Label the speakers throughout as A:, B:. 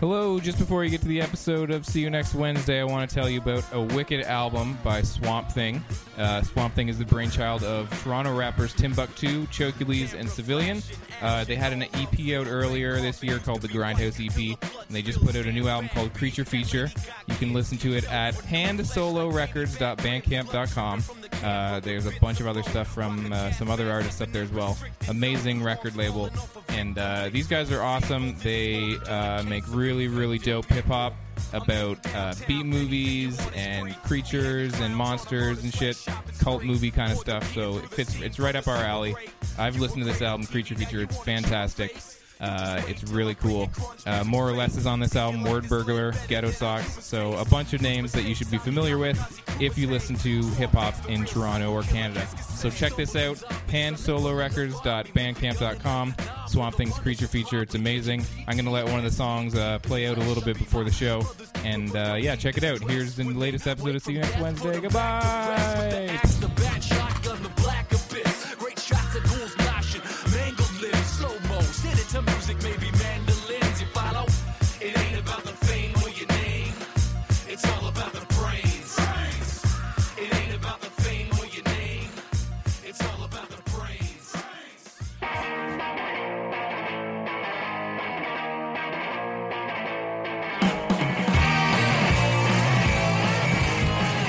A: Hello, just before you get to the episode of See You Next Wednesday, I want to tell you about a wicked album by Swamp Thing. Uh, Swamp Thing is the brainchild of Toronto rappers Timbuktu, Chokules, and Civilian. Uh, they had an EP out earlier this year called the Grindhouse EP, and they just put out a new album called Creature Feature. You can listen to it at handsolorecords.bandcamp.com. Uh, there's a bunch of other stuff from uh, some other artists up there as well. Amazing record label. And uh, these guys are awesome. They uh, make really, really dope hip hop about uh, beat movies and creatures and monsters and shit, cult movie kind of stuff. So it fits, it's right up our alley. I've listened to this album, Creature Feature. It's fantastic. Uh, it's really cool. Uh, more or less is on this album Word Burglar, Ghetto Socks. So, a bunch of names that you should be familiar with if you listen to hip hop in Toronto or Canada. So, check this out pansolorecords.bandcamp.com. Swamp Thing's Creature Feature. It's amazing. I'm going to let one of the songs uh, play out a little bit before the show. And uh, yeah, check it out. Here's the latest episode of See You Next Wednesday. Goodbye.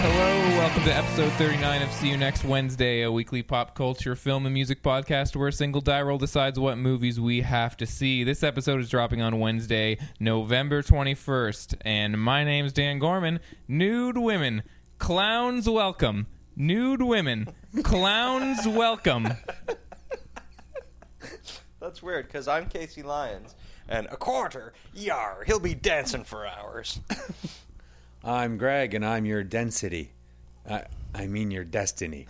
A: Hello, welcome to episode 39 of See You Next Wednesday, a weekly pop culture, film, and music podcast where a single die roll decides what movies we have to see. This episode is dropping on Wednesday, November 21st, and my name's Dan Gorman. Nude women, clowns welcome. Nude women, clowns welcome.
B: That's weird because I'm Casey Lyons, and a quarter, yar, he'll be dancing for hours.
C: I'm Greg, and I'm your density. I, I mean your destiny.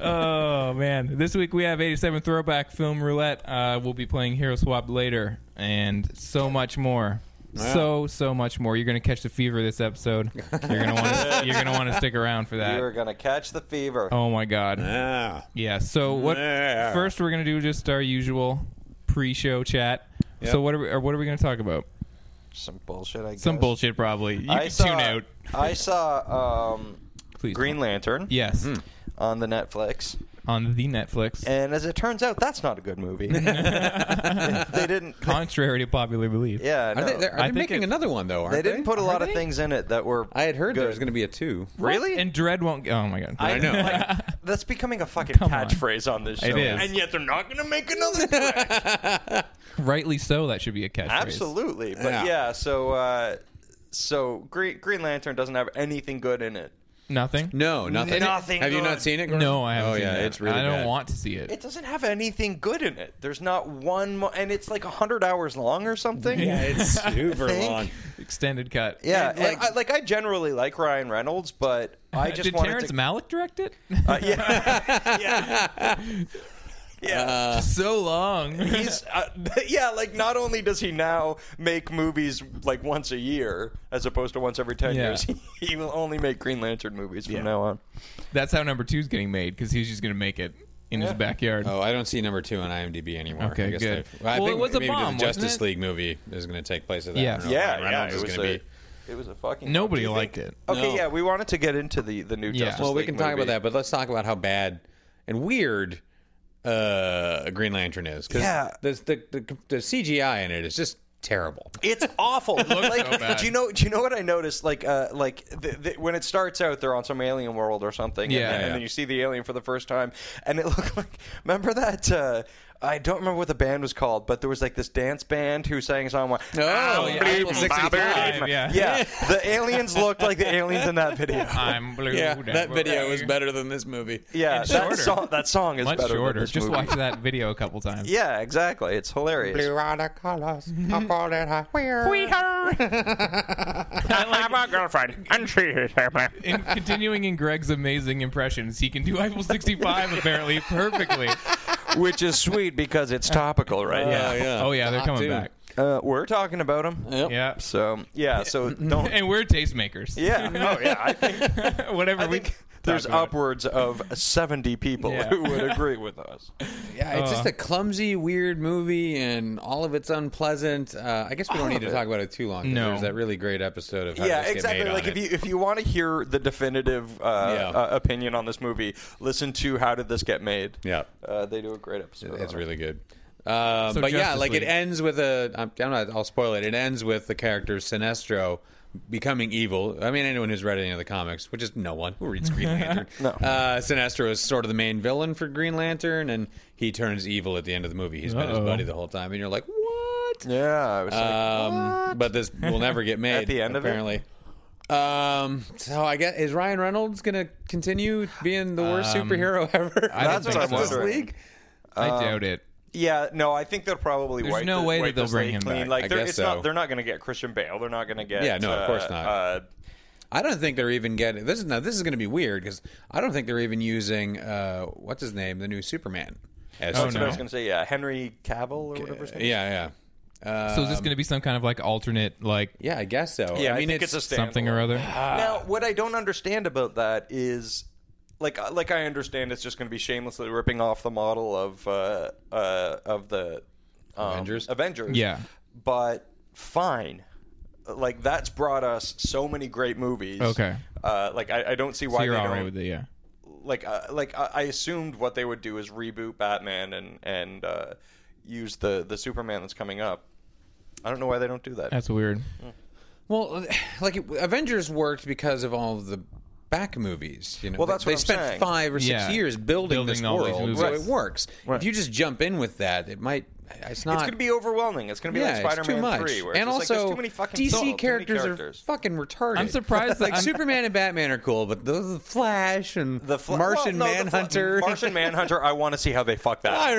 A: Oh man! This week we have 87 throwback film roulette. Uh, we'll be playing Hero Swap later, and so much more. So so much more. You're gonna catch the fever this episode. You're gonna want to. you're gonna want to stick around for that.
B: You're gonna catch the fever.
A: Oh my god!
C: Ah,
A: Yeah. So what?
C: Yeah.
A: First, we're gonna do just our usual pre-show chat. So what are we, or what are we gonna talk about?
B: Some bullshit, I guess.
A: Some bullshit, probably. You
B: I
A: can
B: saw,
A: tune out.
B: I saw um,
A: Please.
B: Green Lantern
A: Yes.
B: on the Netflix,
A: On the Netflix.
B: and as it turns out, that's not a good movie. they didn't.
A: Contrary to popular belief.
B: Yeah,
C: are
B: no.
C: they, they're, are
A: I
C: they
A: think
C: making
A: it-
C: another one though? Aren't
B: They
C: they?
B: didn't put a lot of
A: they?
B: things in it that were.
C: I had heard
B: good.
C: there was going to be a two.
B: Really?
A: And Dread won't. Oh my god.
B: I
C: know.
B: Like, that's becoming a fucking
A: Come on.
B: catchphrase on. this show.
A: It is.
B: And yet they're not going to make another. Greg.
A: Rightly so. That should be a catchphrase.
B: Absolutely, but yeah.
C: Yeah.
B: so uh, so Green, Green Lantern doesn't have anything good in it.
A: Nothing.
C: No, nothing.
B: Nothing
C: Have you
B: good.
C: not seen it? Gordon?
A: No, I haven't.
C: Oh
A: seen
C: yeah,
A: that.
C: it's really.
A: I don't
C: bad.
A: want to see it.
B: It doesn't have anything good in it. There's not one, mo- and it's like hundred hours long or something.
C: Yeah, it's super
B: think-
C: long.
A: Extended cut.
B: Yeah,
C: And,
B: like,
C: like-
B: I, like I generally like Ryan Reynolds, but I just
A: Uh, Did
B: wanted
A: Terrence
B: to.
A: Malick direct it?
B: Uh, yeah, yeah,
A: Uh.
C: Uh,
A: so long.
B: he's uh, yeah. Like not only does he now make movies like once a year as opposed to once every ten
A: Yeah.
B: years, he will only make Green Lantern movies from now on.
A: That's how number two's getting made because he's just gonna make it in his backyard.
C: Oh, I don't see number two on IMDb anymore.
A: Okay,
C: I guess
A: good.
C: they've- I
A: Well,
C: think
A: it was a
C: maybe
A: bomb,
C: the
A: wasn't
C: Justice
A: it?
C: League movie is going to take place at that.
A: Yeah.
C: I don't know if
B: Yeah,
C: Ryan
B: yeah.
C: Reynolds
B: It
C: is
B: was,
C: going to
B: a,
C: be.
B: it was a fucking.
A: Nobody
B: Do you
A: liked
B: think-
A: it.
B: Okay,
C: No.
B: yeah, we wanted to get into the the new
A: Yeah.
B: Justice
C: Well, we
B: League
C: can talk
B: movie.
C: about that, but let's talk about how bad and weird uh, Green Lantern is. 'cause
B: Yeah.
C: The, the, the, the CGI in it is just terrible.
B: It's awful. like,
A: so bad.
B: do you know? Do you know what I noticed? Like, uh, like the, the, when it starts out, they're on some alien world or something.
A: Yeah,
B: and, then-
A: yeah.
B: and then you see the alien for the first time, and it looked like. Remember that? Uh, I don't remember what the band was called, but there was like this dance band who sang a song. Like,
C: Oh,
B: "Ow,
C: yeah,
B: bleep,
C: Apple
B: bleep,
C: 65,
B: bleep."
A: yeah.
B: yeah. The aliens looked like the aliens in that video.
A: I'm blue.
C: Yeah, that
A: devil.
C: video is better than this movie.
B: Yeah,
A: And
B: that
A: shorter.
B: song. That song is
A: Much
B: better than
A: shorter.
B: this
A: Just
B: movie.
A: watch that video a couple times.
B: Yeah, exactly. It's hilarious.
C: Blue are the colors of all that I wear.
A: In, continuing in Greg's amazing impressions, he can do Eiffel 65 apparently perfectly.
B: which is sweet because it's topical right
C: Yeah.
B: now.
A: Oh yeah, they're
C: Hot
A: coming
C: dude.
A: back.
B: Uh, we're talking about him.
A: Yeah.
B: So yeah, so don't.
A: And we're tastemakers.
B: yeah. Oh yeah. I think,
A: Whatever
B: I
A: we
B: think
A: talk
B: there's
A: about.
B: upwards of 70 people
A: Yeah.
B: who would agree with us.
C: Yeah, it's just a clumsy, weird movie, and all of it's unpleasant. Uh, I guess we don't need to talk about it too long. 'cause
A: No.
C: There's that really great episode of How
B: Yeah,
C: This Get
B: exactly.
C: Made on
B: Like if
C: It.
B: you if you want to hear the definitive uh,
C: Yeah.
B: uh, opinion on this movie, listen to How Did This Get Made?
C: Yeah.
B: Uh, they do a great episode.
C: It's
B: on it.
C: really good. Um,
A: So
C: but yeah,
A: Justice
C: like
A: League.
C: it ends with a. I'm, I'm not. I'll spoil it. It ends with the character Sinestro becoming evil. I mean, anyone who's read any of the comics, which is no one who reads Green Lantern. no. Uh, Sinestro is sort of the main villain for Green Lantern, and he turns evil at the end of the movie. He's been his
A: Uh-oh.
C: buddy the whole time, and you're like, what?
B: Yeah, I was like,
C: Um, but this will never get made
B: At the end of it?
C: apparently. Um, so I guess is Ryan Reynolds gonna continue being the worst
A: Um,
C: superhero ever?
A: That's
B: what I'm
C: Justice
B: wondering.
C: League? Um,
A: I doubt it.
B: yeah, no, I think they'll probably
A: There's
B: wipe
A: no
B: the-
A: way that
B: wipe
A: they'll
B: this
A: bring
B: slate
A: him
B: clean.
A: back.
B: Like
C: I
B: they're-
C: guess
B: it's
C: so.
B: not they're not going to get Christian Bale. They're not going to get
C: Yeah, no, of
B: uh,
C: course not.
B: Uh,
C: I don't think they're even getting this is now this is going to be weird because I don't think they're even using uh, what's his name the new Superman. As
A: Oh,
B: that's
A: no.
B: what I was going to say. Yeah, Henry Cavill or whatever. his name is.
C: Yeah, yeah, uh,
A: So is this going to be some kind of like alternate like
C: yeah. I guess so.
B: Yeah,
C: I mean
B: think it's, a standalone.
A: something or other?
B: Now, what I don't understand about that is, like, uh, like I understand it's just going to be shamelessly ripping off the model of uh, uh, of the um,
C: Avengers?
B: Avengers.
A: Yeah.
B: but fine. Like that's brought us so many great movies.
A: Okay.
B: Uh, like I, I don't see why
A: So you're
B: they
A: all
B: don't.
A: right with it, yeah.
B: Like uh, like I, I assumed what they would do is reboot Batman and and uh, use the the Superman that's coming up. I don't know why they don't do that.
A: That's weird.
C: Well, like it, Avengers worked because of all of the back movies. You know,
B: Well, that's
C: they,
B: what
C: they
B: I'm
C: spent
B: saying.
C: five or six
A: Yeah.
C: years building,
A: Building
C: this
A: all these
C: world,
A: movies.
C: so
A: Right.
C: it works. If you just jump in with that, it might. It's not.
B: It's gonna be overwhelming. It's gonna be
C: yeah,
B: like Spider-Man
C: it's too much.
B: Three, where
C: and
B: it's just like,
C: also,
B: there's too many fucking
C: DC
B: people, too many
C: characters,
B: characters.
C: are fucking retarded.
A: I'm surprised that
C: like
A: I'm-
C: Superman and Batman are cool, but the, the Flash and
B: The Fla-
C: Martian
B: well, no, the Fla-
C: Manhunter.
B: Martian Manhunter. I want to see how they fuck that.
A: I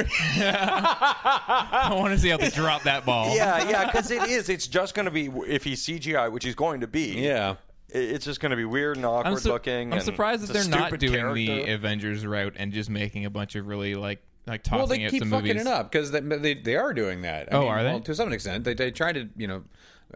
A: want to see how they drop that ball.
B: yeah, yeah, because it is. It's just gonna be if he's CGI, which he's going to be.
C: yeah.
B: i- it's just gonna be weird and awkward
A: I'm, su-
B: looking.
A: I'm
B: and
A: surprised that
B: it's a
A: they're not
B: stupid
A: doing the
B: character.
A: Avengers route and just making a bunch of really like like tossing
C: Well, they
A: it
C: keep
A: to
C: fucking
A: movies.
C: it up because they, they they are doing that. I
A: Oh, are they?
C: Well, to some extent, they they tried to you know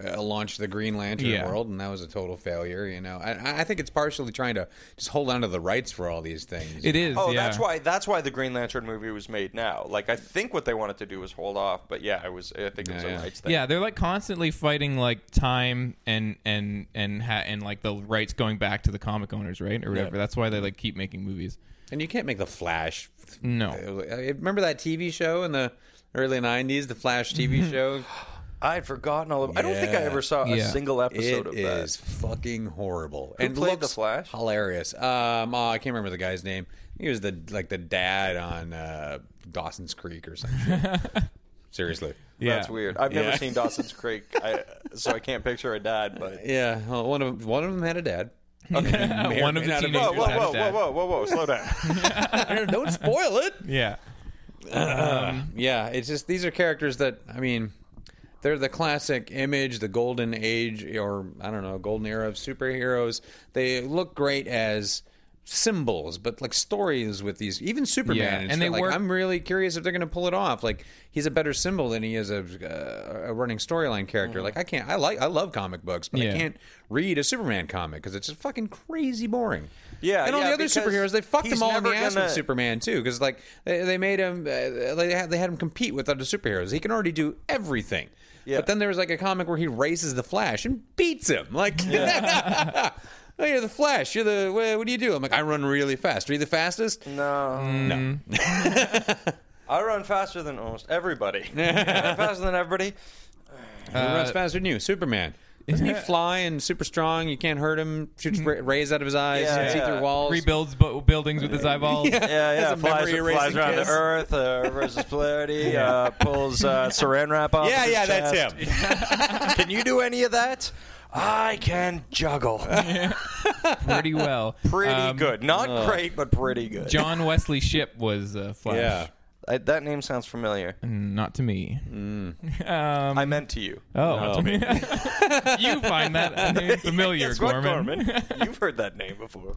C: uh, launch the Green Lantern
A: Yeah.
C: world, and that was a total failure. You know, I- I, I think it's partially trying to just hold on to the rights for all these things.
A: It is.
B: Oh,
A: yeah.
B: that's why. That's why the Green Lantern movie was made now. Like, I think what they wanted to do was hold off, but yeah, it was. I think it was a
C: yeah.
B: rights thing.
A: Yeah, they're like constantly fighting like time and and and ha- and like the rights going back to the comic owners, right, or whatever. That's why they like keep making movies.
C: and you can't make the Flash.
A: No.
C: Uh, remember that TV show in the early '90s, the Flash
A: Mm-hmm.
C: TV show.
B: I'd forgotten all of. I don't think I
C: Yeah.
B: ever saw a
A: Yeah.
B: single episode
C: It
B: of that.
C: is fucking horrible.
B: Who
C: and
B: played
C: looks
B: the Flash?
C: Hilarious. Um, oh, I can't remember the guy's name. He was the like the dad on uh, Dawson's Creek or something. Seriously.
B: That's weird. I've never
C: Yeah.
B: seen Dawson's Creek, I, so I can't picture a dad. But
C: Yeah, well, one of one of them had a dad.
A: One of the
C: Whoa,
A: teenagers.
B: whoa, whoa,
A: had a
B: whoa, whoa,
A: dad.
B: whoa, whoa, whoa! Slow down.
C: Don't spoil it.
A: Yeah.
C: Yeah, it's just these are characters that I mean, they're the classic image, the golden age, or I don't know, golden era of superheroes. They look great as symbols, but like stories with these, even Superman.
A: Yeah,
C: and,
A: and
C: stuff,
A: they
C: like,
A: work-
C: I'm really curious if they're going to pull it off. Like he's a better symbol than he is a, uh, a running storyline character. Like I can't, I like, I love comic books, but
A: Yeah.
C: I can't read a Superman comic because it's just fucking crazy boring.
B: Yeah,
C: and all
B: yeah,
C: the other
B: because
C: superheroes, they fucked
B: he's
C: them all in the
B: never
C: ass
B: gonna-
C: with Superman. Superman too, because like they, they made him, uh, they had, they had him compete with other superheroes. He can already do everything. But then there was like a comic where he races the Flash and beats him. Like, oh, you're the Flash. You're the. wha- What do you do? I'm like, I run really fast. Are you the fastest?
B: No.
C: Mm. No.
B: I run faster than almost everybody. I run faster than everybody.
A: Uh,
C: Who runs faster than you? Superman. Doesn't he fly and super strong? You can't hurt him. Shoots ra- rays out of his eyes.
B: Yeah,
C: can see
B: yeah.
C: through walls.
A: Rebuilds bu- buildings with his eyeballs.
B: Yeah, yeah.
C: a
B: Flies,
C: memory
B: flies
C: erasing
B: around
C: kiss.
B: the Earth, uh, versus polarity. uh, pulls uh, saran wrap off.
C: Yeah,
B: his
C: yeah, that's
B: chest.
C: him.
B: Can you do any of that? I can juggle
A: Pretty well.
B: pretty
A: Um,
B: good. Not great, but pretty good.
A: John Wesley Ship was uh, Flash. Mm,
C: Yeah. Mm,
B: I, that name sounds familiar.
A: Not to me.
C: Um,
B: I meant to you.
A: Oh, you find that name familiar,
B: Guess what,
A: Gorman.
B: Gorman? You've heard that name before.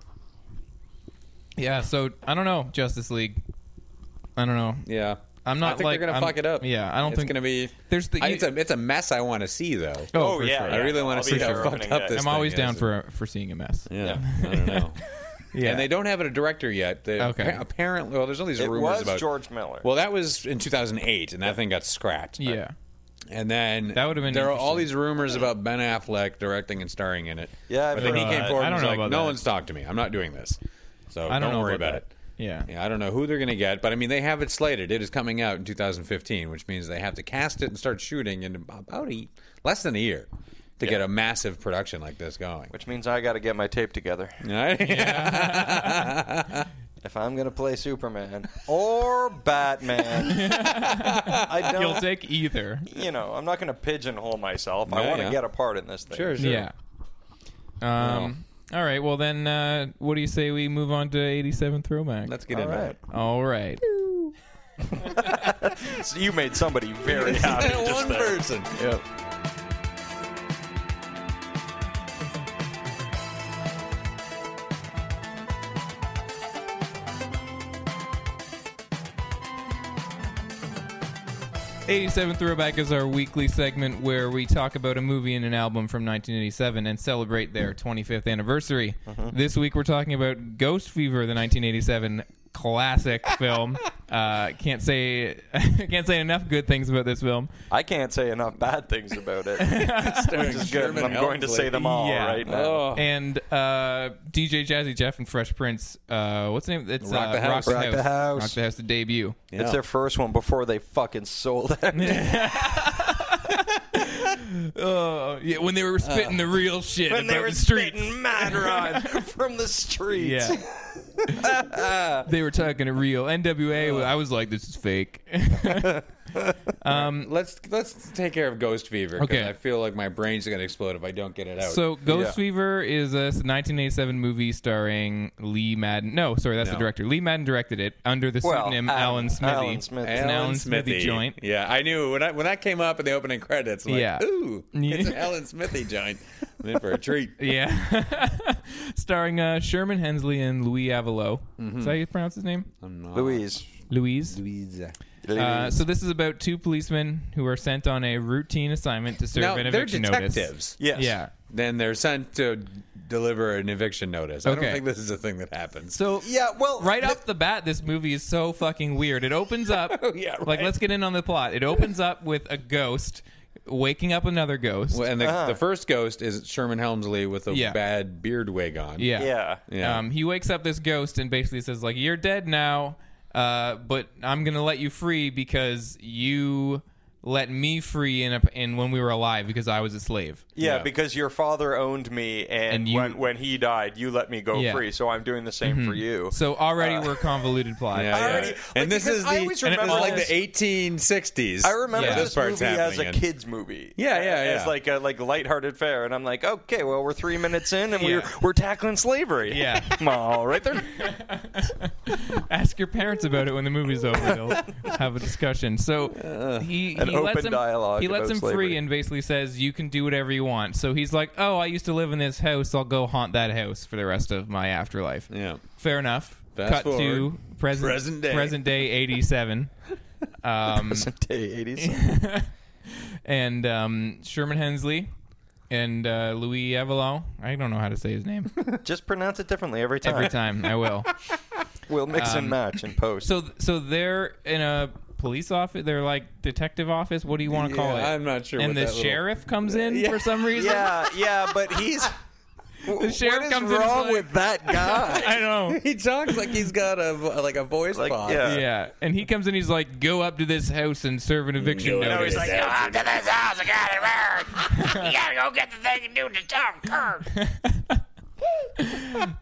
A: Yeah, so I don't know, Justice League. I don't know.
C: Yeah.
A: I'm
C: I
A: not
C: think
A: like
C: they're gonna
A: I'm-
C: fuck it up.
A: Yeah, I don't
C: it's
A: think
C: gonna be.
A: There's the-
C: I- it's a it's a mess. I want to see though.
A: Oh, for sure.
C: I really wanna
B: I'll be
C: see how
B: there
C: fucked
B: opening
C: up
B: day.
C: this
A: I'm
C: thing
A: always
C: is-
A: down for for seeing a mess.
C: Yeah. I don't know.
A: Yeah.
C: And they don't have a director yet. They,
A: Okay.
C: appa- Apparently, well, there's all these
B: It
C: rumors
B: was
C: about
B: George Miller.
C: Well, that was in 2008, and that thing got scrapped.
A: Yeah.
C: And then
A: That would've been
C: There are all
A: interesting.
C: these rumors about Ben Affleck directing and starring in it.
B: Yeah, I've
C: but then
B: heard
C: he
B: about
C: came
B: that.
C: forward.
A: I
C: and
A: don't
C: was
A: know
C: like,
A: about
C: No
A: that.
C: one's talked to me. I'm not doing this. So
A: I don't know
C: Oh, worry
A: about
C: about,
A: that.
C: it.
A: Yeah.
C: Yeah, I don't know who they're going to get, but I mean, they have it slated. It is coming out in 2015, which means they have to cast it and start shooting in about a, less than a year to get a massive production like this going.
B: Which means I got to get my tape together. If I'm going to play Superman or Batman, I don't.
A: You'll take either.
B: you know, I'm not going to pigeonhole myself. I
C: Yeah,
B: want to
C: yeah.
B: get a part in this thing.
C: Sure, sure.
A: Yeah. Um. All right. Well, then, uh, what do you say we move on to 87 throwback?
C: Let's get into
B: right.
C: it.
A: All right.
B: So you made somebody very happy. just
C: One
B: then.
C: person.
A: Eighty-seven throwback is our weekly segment where we talk about a movie and an album from 1987 and celebrate their 25th anniversary.
C: Mm-hmm.
A: This week we're talking about Ghost Fever, the 1987 classic film. Uh, can't say can't say enough good things about this film.
B: I can't say enough bad things about it. Which is good, and
C: Sherman
B: I'm going to
C: Helmsley.
B: say them all right
A: Yeah.
B: now.
C: Oh.
A: And uh, DJ Jazzy Jeff and Fresh Prince. Uh, what's the name? It's
C: Rock
A: uh,
C: the House.
B: Rock the House.
A: Rock the House. The debut.
B: It's their first one before they fucking sold it.
A: Oh yeah, when they were spitting the real shit
B: when they
A: about
B: were
A: the streets.
B: spitting mad rod from the streets.
A: Yeah. they were talking a real NWA. I was like, this is fake.
C: Mm, Let's let's take care of Ghost Fever because
A: Okay.
C: I feel like my brain's gonna explode if I don't get it out.
A: so, Ghost Fever is a 1987 movie starring Lee Madden. No, sorry, that's the
C: No.
A: director. Lee Madden directed it under the
B: Well,
A: pseudonym
B: Alan-
A: Alan Smithy.
B: Alan Smithy.
A: It's an Alan Smithy joint.
C: Yeah, I knew when I when that came up in the opening credits. Like,
A: Yeah.
C: ooh, it's an
A: Yeah.
C: Alan Smithy joint. I'm in for a treat.
A: Yeah. starring uh, Sherman Hensley and Louis Avalo.
C: Mm-hmm.
A: Is that how you pronounce his name?
C: Um,
B: Louise.
A: Louise. Uh, so this is about two policemen who are sent on a routine assignment to serve
C: Now
A: an
C: they're
A: eviction notice.
C: detectives.
B: yes.
A: Yeah.
C: Then they're sent to deliver an eviction notice. I
A: Okay.
C: don't think this is a thing that happens.
A: So
B: Yeah, well,
A: right off the bat, this movie is so fucking weird. It opens up.
C: Oh, Yeah,
A: Like,
C: right.
A: let's get in on the plot. It opens up with a ghost waking up another ghost.
C: Well, and the,
B: uh-huh.
C: the first ghost is Sherman Helmsley with a
A: Yeah.
C: bad beard wig on.
A: yeah.
B: Yeah.
C: Yeah.
A: Um, he wakes up this ghost and basically says, like, you're dead now, uh, but I'm going to let you free because you let me free in, a, in when we were alive because I was a slave.
B: Yeah,
C: Yeah.
B: because your father owned me, and,
A: And you-
B: when, when he died, you let me go
A: Yeah. Mm-hmm.
B: free, so I'm doing the same for you.
A: So already we're convoluted plot.
C: Yeah, yeah.
B: Uh, already- like,
C: and this
B: because
C: is the
B: I always
C: and it
B: remember
C: was like
B: this-
C: the 1860s.
B: I remember
A: Yeah.
B: this
C: This part's
B: movie as a
C: happening in-
B: kids movie.
C: Yeah, yeah,
B: As
C: yeah.
B: like a like lighthearted fare, and I'm like, okay, well, we're three minutes in, and we're we're tackling slavery.
A: Yeah.
B: all right there.
A: Ask your parents about it when the movie's over. They'll have a discussion. So he,
B: Uh, An
A: he lets
B: open
A: him,
B: dialogue
A: He lets
B: about
A: him free
B: slavery.
A: and basically says, "You can do whatever you want." So he's like, "Oh, I used to live in this house. I'll go haunt that house for the rest of my afterlife."
C: Yeah.
A: Fair enough.
C: Fast
A: Cut to
C: forward.
A: present
C: Present day.
A: present day eighty-seven. Um,
B: Day 80s.
A: and um, Sherman Hensley and uh, Louis Avalon. I don't know how to say his name.
B: Just pronounce it differently every time.
A: Every time I will.
B: We'll mix and match and post.
A: So so they're in a police office. They're like detective office. What do you want to call it?
C: Yeah, I'm not sure
A: And
C: what
A: the
C: that little-
A: sheriff comes in for some reason.
B: yeah, yeah, but he's
A: The sheriff
B: what
A: comes
B: is
A: in and is
B: wrong
A: like-
B: with that guy?
A: I know.
C: He talks like he's got a like a voice
B: Like,
C: box.
B: yeah.
A: Yeah, and he comes in. He's like, "Go up to this house and serve an eviction
B: No,
A: notice."
B: he's like,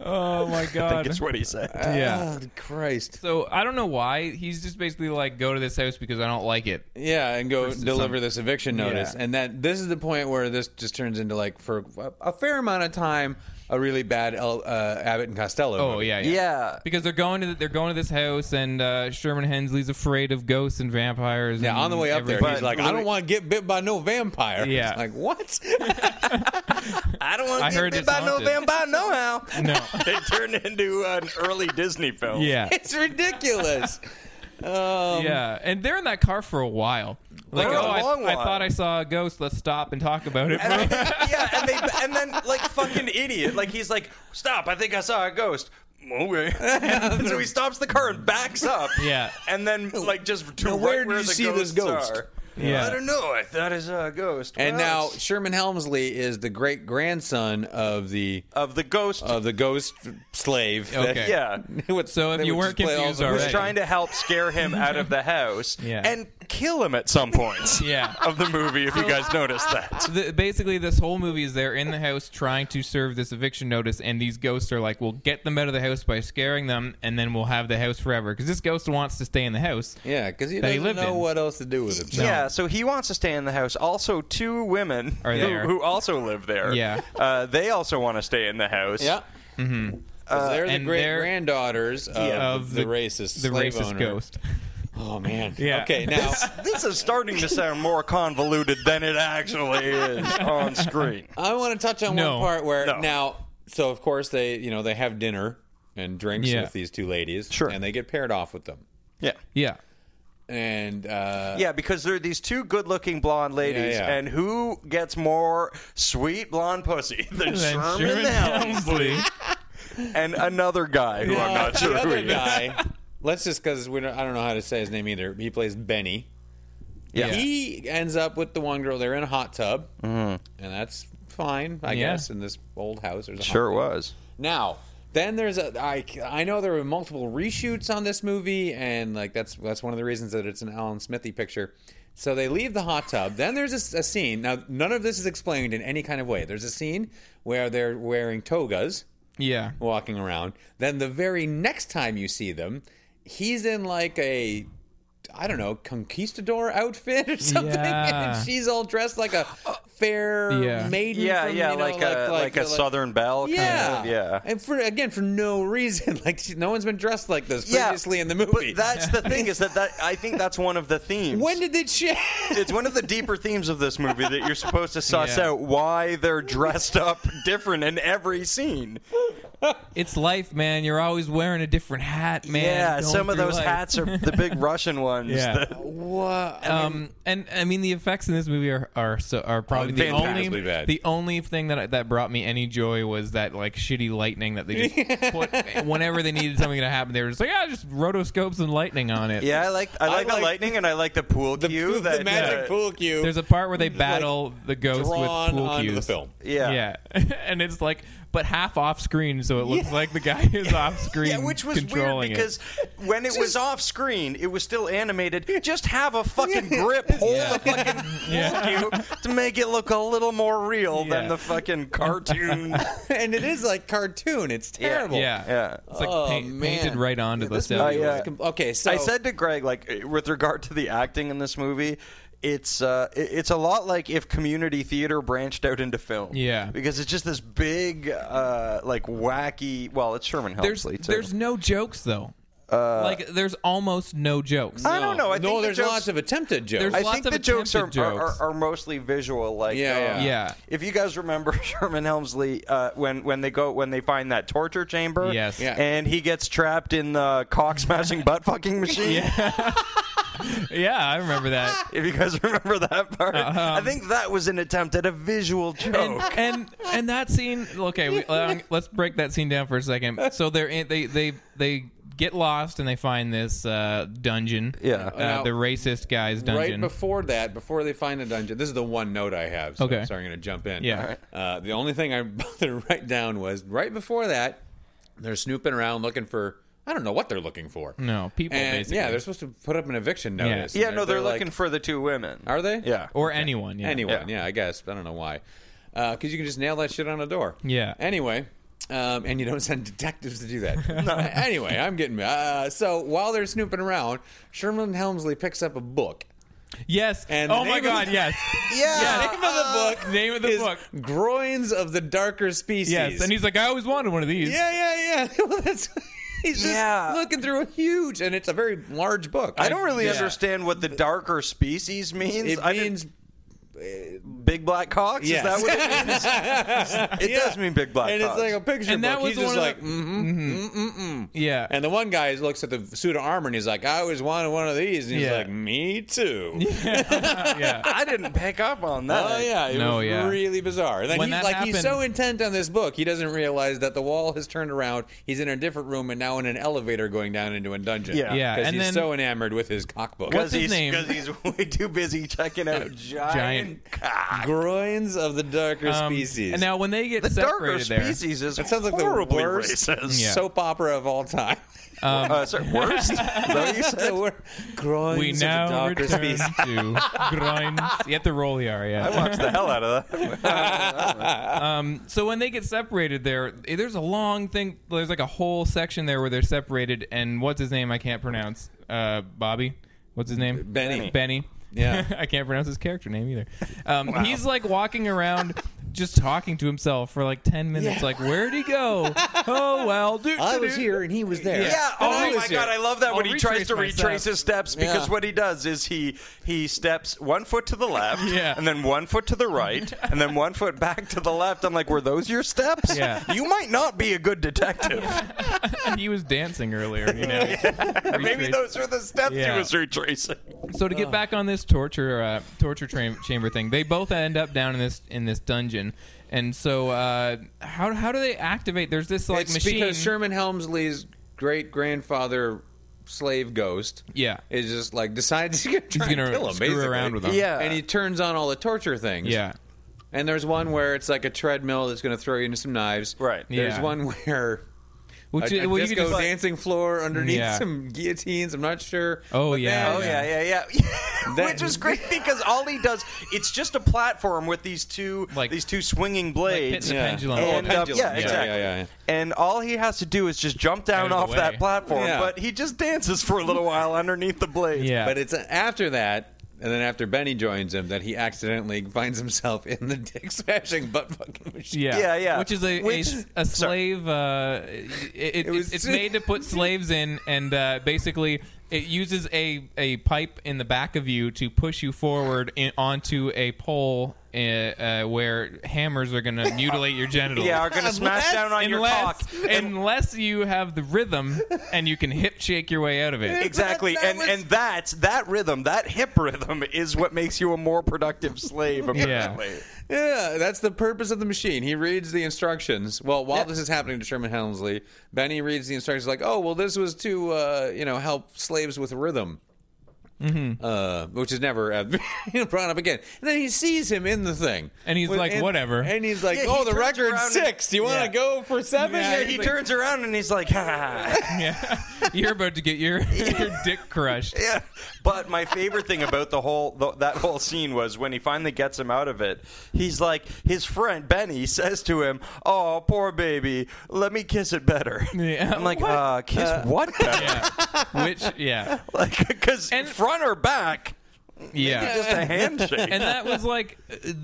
A: oh my
B: I think
A: god!
B: it's what he said.
A: Yeah.
C: God, Christ.
A: So I don't know why he's just basically like, "Go to this house because I don't like it."
C: Yeah, and go deliver this eviction notice,
A: Yeah.
C: and that this is the point where this just turns into like for a- a fair amount of time a really bad El- uh, Abbott and Costello.
A: Oh
C: movie.
A: yeah, yeah.
B: yeah.
A: Because they're going to the, they're going to this house, and uh, Sherman Hensley's afraid of ghosts and vampires.
C: Yeah,
A: and
C: on the way up there,
A: everything.
C: he's like, "I don't want to get bit by no vampire."
A: Yeah.
C: It's like what?
B: I don't want
A: I
B: to
A: heard
B: get bit
A: it's
B: by
A: haunted.
B: no vampire nohow.
A: No.
B: it turned into an early Disney film.
A: yeah,
C: it's ridiculous. Um,
A: yeah, and they're in that car for a while. Like,
B: For a
A: oh, I,
B: long
A: I
B: while.
A: thought I saw a ghost. Let's stop and talk about it.
B: And I- yeah, and they and then like fucking idiot, like he's like, stop! I think I saw a ghost. Okay. And so he stops the car and backs up.
A: Yeah.
B: And then like just to
C: Now,
B: right
C: where did you
B: the
C: see this
B: ghosts
C: ghost?
B: are.
A: Yeah.
B: I don't know. I thought I saw a ghost.
C: And
B: Well,
C: now
B: it's-
C: Sherman Helmsley is the great grandson of the
B: of the ghost
C: of the ghost slave. that-
A: Oh, Okay.
B: Yeah.
C: would-
A: So if
C: that
A: you
C: would
A: weren't
C: just play all
A: confused
C: the-
A: already.
B: was trying to help scare him out of the house
A: Yeah.
B: and kill him at some points
A: Yeah.
B: of the movie if you guys noticed that.
A: the, basically this whole movie is they're in the house trying to serve this eviction notice and these ghosts are like we'll get them out of the house by scaring them and then we'll have the house forever because this ghost wants to stay in the house
C: yeah, because he
A: That he
C: doesn't
A: lived
C: know
A: in.
C: what else to do with himself.
B: Yeah, so he wants to stay in the house. Also, two women
A: Are
B: who,
A: there.
B: who also live there.
A: Yeah.
B: uh, they also want to stay in the house.
C: Yeah. Mm-hmm. they're the
A: and
C: great
A: they're-
C: granddaughters of,
A: of
C: the,
A: the-
C: racist
A: the
C: slave
A: racist
C: owner.
A: ghost
C: Oh man.
A: Yeah.
C: Okay. Now.
B: This is starting to sound more convoluted than it actually is on screen.
C: I want to touch on
A: No.
C: one part where
B: No.
C: now, so of course they, you know, they have dinner and drinks
A: Yeah.
C: with these two ladies,
B: Sure.
C: and they get paired off with them,
B: Yeah.
A: yeah
C: and uh,
B: Yeah, because there are these two good-looking blonde ladies,
C: Yeah, yeah.
B: and who gets more sweet blonde pussy than
A: And
B: Sherman,
A: Sherman
B: Helms
A: Helmsley.
B: and another guy who I'm not sure
C: the
B: who
C: other
B: he is.
C: guy. Let's just because we don't, I don't know how to say his name either. He plays Benny.
A: Yeah.
C: He ends up with the one girl. They're in a hot tub, and that's fine, I
A: Mm-hmm. Yeah.
C: guess. In this old house, there's a hot
B: Sure was.
C: Now, then there's a I I know there were multiple reshoots on this movie, and like that's that's one of the reasons that it's an Alan Smithy picture. So they leave the hot tub. Then there's a s- a, scene. Now none of this is explained in any kind of way. There's a scene where they're wearing togas,
A: yeah
C: walking around. Then the very next time you see them, he's in like a I don't know conquistador outfit or something,
A: Yeah.
C: and she's all dressed like a fair
A: Yeah.
C: maiden.
B: Yeah,
C: from,
B: yeah,
C: you know,
B: like, a like, a
C: the-
B: Southern Belle. Kind
C: yeah,
B: of, yeah.
C: And for again, for no reason, like she- no one's been dressed like this
B: Yeah,
C: previously in the movie.
B: But that's the thing is that, that I think that's one of the themes.
C: when did it change?
B: it's one of the deeper themes of this movie that you're supposed to suss
A: Yeah.
B: out why they're dressed up different in every scene.
A: it's life man you're always wearing a different hat man
B: yeah,
A: Going
B: some of
A: through
B: those
A: life.
B: hats are the big Russian ones.
A: Yeah.
B: that-
A: um and I mean the effects in this movie are are, so, are probably the
C: fantastically
A: only
C: bad.
A: the only thing that I- that brought me any joy was that like shitty lightning that they just put whenever they needed something to happen they were just like ah just rotoscopes and lightning on it
B: yeah, I like I like the
C: like-
B: lightning and I like the pool
C: the,
B: cue.
C: the
B: that,
C: magic
B: uh,
C: pool cue.
A: There's a part where they battle the ghost
C: drawn
A: with pool
C: onto
A: cues.
C: the film.
B: Yeah.
A: yeah, and it's like, but half off screen, so it looks like the guy is off screen.
B: Yeah, which was weird
A: controlling it.
B: because when it was off screen, it was still animated. Just have a fucking grip, hold the fucking
A: yeah,
B: pool cue to make it look a little more real
A: Yeah.
B: than the fucking cartoon.
C: and it is like cartoon. It's terrible.
A: yeah,
B: Yeah. Oh,
A: It's like
C: Oh,
A: paint-
C: man.
A: painted right onto
C: Yeah,
A: the
C: this
A: stuff.
C: movie
B: yeah.
C: was com- okay, so
B: I said to Greg, like eh, with regard to the acting in this movie, it's uh, i- it's a lot like if community theater branched out into film.
A: Yeah.
B: because it's just this big, uh, like wacky. Well, it's Sherman
A: There's
B: Helmsley. too.
A: there's no jokes though.
B: Uh,
A: like there's almost no jokes.
B: I don't know. I
C: no,
B: think the
C: there's
B: jokes-
C: lots of attempted jokes.
A: There's
B: I
A: lots
B: think
A: of
B: the jokes are,
A: attempted
B: Are,
A: jokes.
B: are, are mostly visual. Like
C: Yeah, yeah.
B: um,
A: Yeah.
B: If you guys remember Sherman Helmsley, uh, when when they go when they find that torture chamber,
A: Yes. Yeah.
B: and he gets trapped in the cock smashing butt fucking machine.
A: yeah, I remember that.
B: If you guys remember that part, I think that was an attempt at a visual joke.
A: and, and and uh, that scene. Okay, we, um, let's break that scene down for a second. So they're in, they they they get lost and they find this uh, dungeon.
B: Yeah.
A: Uh,
C: Now-
A: the racist guy's dungeon.
C: Right before that, before they find a dungeon, this is the one note I have. So
A: Okay.
C: sorry, I'm going to jump in.
A: Yeah. All right.
C: Uh, the only thing I bothered to write down was right before that, they're snooping around looking for. I don't know what they're looking for.
A: No, people,
C: And,
A: basically.
C: Yeah, they're supposed to put up an eviction
A: Yeah.
C: notice.
B: yeah,
C: And
B: no, they're, looking
C: like-
B: for the two women.
C: Are they?
B: Yeah.
A: or anyone. Yeah.
C: Anyone, yeah. I guess. I don't know why. Because you can just nail that shit on a door.
A: Yeah.
C: Anyway, um, and you don't send detectives to do that. Anyway, I'm getting. Uh, so while they're snooping around, Sherman Helmsley picks up a book.
A: Yes.
C: And
A: oh my
C: the name of
A: God.
C: the-
A: yes. Uh,
C: Yeah. Name of the book.
A: Name of the
C: is
A: book.
C: Groins of the Darker Species.
A: Yes. And he's like, I always wanted one of these.
C: Yeah, yeah, yeah. well, that's. He's just
B: Yeah.
C: looking through a huge, and it's a very large book.
B: I don't really
C: Yeah.
B: understand what the darker species means.
C: It
B: I didn't- uh,
C: means
B: big black cocks.
C: Yes.
B: Is that what it means? it does mean big black
C: and
B: cocks.
C: it's like a picture
A: And
C: book.
A: that was
C: he's
A: the
C: just
A: one of
C: like,
A: the-
C: mm-hmm,
A: Yeah.
C: And the one guy looks at the suit of armor and he's like, I always wanted one of these. And he's
A: Yeah.
C: like, Me too.
A: yeah.
B: I didn't pick up on that.
C: Oh, yeah. It
A: No,
C: was
A: yeah.
C: really bizarre. And then
A: When
C: he's
A: that
C: like, he's so
A: happened-
C: intent on this book, he doesn't realize that the wall has turned around. He's in a different room and now in an elevator going down into a dungeon.
B: Yeah.
A: Yeah,
C: Because
A: and
C: he's
A: then-
C: so enamored with his cockbook.
A: What's
B: Because
A: his
B: he's,
A: name?
B: Because he's way too busy checking out giant,
A: Giant.
B: cock.
C: Groins of the darker
A: Um,
C: species.
A: And now when they get
B: The darker
A: separated there,
B: species is
C: that sounds like
B: horribly
C: the worst
B: racist.
A: Yeah.
C: soap opera of all time.
B: Uh, sorry, worst? Is that what you said?
C: The word Groins
A: we
C: of the
A: now
C: darker
A: return
C: species.
A: to grinds. You have to roll the R. Yeah.
B: I watched the hell out of that.
A: So when they get separated, there, eh, there's a long thing. There's like a whole section there where they're separated, and what's his name? I can't pronounce. Uh, Bobby. What's his name?
C: Benny.
A: Benny.
C: Yeah.
A: I can't pronounce his character name either. Um, He's like walking around, just talking to himself for like ten minutes. Like, where'd he go? oh well, dude.
C: I was here and he was there.
B: Yeah.
C: And
B: Oh
C: I
B: my
C: was here.
B: god, I love that
A: I'll
B: when he tries
A: retrace
B: to
A: my
B: retrace
A: steps.
B: his steps because
C: Yeah.
B: what he does is he he steps one foot to the left,
A: Yeah.
B: and then one foot to the right, and then one foot back to the left. I'm like, were those your steps?
A: Yeah.
B: You might not be a good detective.
A: he was dancing earlier. You know.
B: Maybe
A: Retrace-
B: those were the steps
A: Yeah.
B: he was retracing.
A: So to get back on this torture uh, torture tra- chamber thing, they both end up down in this in this dungeon, and so uh, how how do they activate? There's this like
C: it's
A: machine.
C: because Sherman Helmsley's great grandfather slave ghost
A: Yeah.
C: is just like decides he's gonna, try
A: gonna
C: and kill him
A: screw
C: basically.
A: around with him.
B: Yeah.
C: and he turns on all the torture things
A: yeah,
C: and there's one where it's like a treadmill that's going to throw you into some knives
B: Right.
C: there's
A: Yeah.
C: one where a,
A: which
C: a
A: is- well, you could
C: disco
A: just-
C: dancing floor underneath
A: Yeah.
C: some guillotines i'm not sure
A: Oh,
C: But
A: yeah.
C: then-
B: Oh yeah, yeah, yeah.
C: That-
B: Which is great because all he does it's just a platform with these two
A: Like-
B: these two swinging
A: like
B: blades.
A: hitting the
C: Yeah. Oh,
A: pendulum.
B: And, uh,
C: pendulum.
B: yeah,
C: Yeah,
B: exactly.
C: yeah, yeah.
B: And all he has to do is just jump
A: Out of
B: down off
A: the way.
B: that platform,
C: Yeah.
B: but he just dances for a little while underneath the blades.
A: yeah,
C: but it's uh, after that and then after Benny joins him, that he accidentally finds himself in the dick smashing butt fucking machine.
A: yeah,
B: yeah, yeah.
A: Which is a
B: Which-
A: a, a slave. Uh, it, it,
C: was-
A: it's made to put slaves in, and uh, basically it uses a a pipe in the back of you to push you forward in, onto a pole. Uh, uh, where hammers are going to mutilate your genitals.
B: Yeah, are gonna smash down on your cock.
A: unless, unless you have the rhythm and you can hip shake your way out of it.
B: Exactly.
C: That- that
B: and
C: was-
B: and that's that rhythm, that hip rhythm is what makes you a more productive slave, apparently.
C: Yeah, that's the purpose of the machine. He reads the instructions. Well, while this is happening to Sherman Helmsley, Benny reads the instructions like, "Oh, well, this was to uh, you know help slaves with rhythm."
A: Mm-hmm.
C: Uh, which is never uh, brought up again. And then he sees him in the thing,
A: And he's
C: With-
A: like, "Whatever."
C: And he's like,
B: Yeah, he
C: "Oh, the
B: turns
C: record's
B: around and-
C: six. Do you want to
A: Yeah.
C: go for seven?
B: Yeah, he turns around and he's like, ha.
A: Yeah. You're about to get your, your dick crushed.
B: Yeah. But my favorite thing about the whole the, that whole scene was when he finally gets him out of it. He's like his friend Benny says to him, "Oh, poor baby, let me kiss it better."
A: Yeah.
B: I'm like, uh, "Kiss what better?
A: Which, yeah.
B: Like, because
A: And-
B: front or back,
A: Yeah.
B: just a handshake."
A: and that was like, uh, th-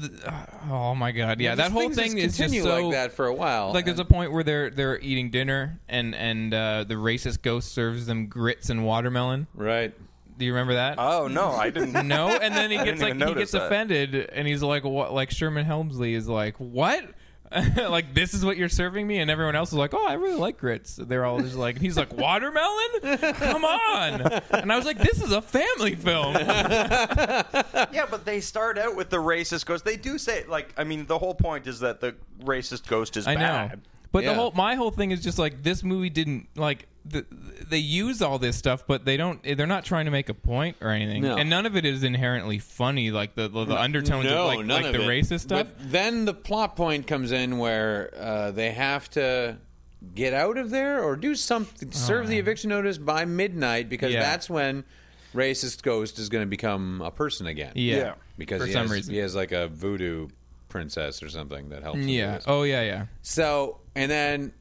A: oh my god, yeah. that
C: These
A: whole
C: things
A: thing
C: just
A: is just
C: continue
A: so
C: like that for a while.
A: Like there's a point where they're they're eating dinner and and uh, the racist ghost serves them grits and watermelon.
C: right.
A: Do you remember that?
C: Uh,
B: oh no, I didn't.
A: no, and then he gets
B: didn't
A: like
B: even
A: he gets
B: notice that.
A: offended, and he's like, "What?" Like Sherman Helmsley is like, "What?" like this is what you're serving me, and everyone else is like, "Oh, I really like grits." They're all just like, and he's like, "Watermelon? Come on!" And I was like, "This is a family film."
B: yeah, but they start out with the racist ghost. They do say like, I mean, the whole point is that the racist ghost is
A: I know.
B: bad.
A: But
C: Yeah.
A: the whole my whole thing is just like this movie didn't like the, they use all this stuff, but they don't. They're not trying to make a point or anything,
C: No.
A: and none of it is inherently funny. Like the the, the undertones of like, like the racist stuff.
C: But then the plot point comes in where uh, they have to get out of there or do something, serve the eviction notice by midnight because
A: Oh. Yeah.
C: that's when racist ghost is going to become a person again.
A: yeah. yeah,
C: because
A: for
C: he
A: some
C: has,
A: reason,
C: he has like a voodoo princess or something that helps. him do
A: yeah.
C: this.
A: Oh yeah, yeah.
C: So and then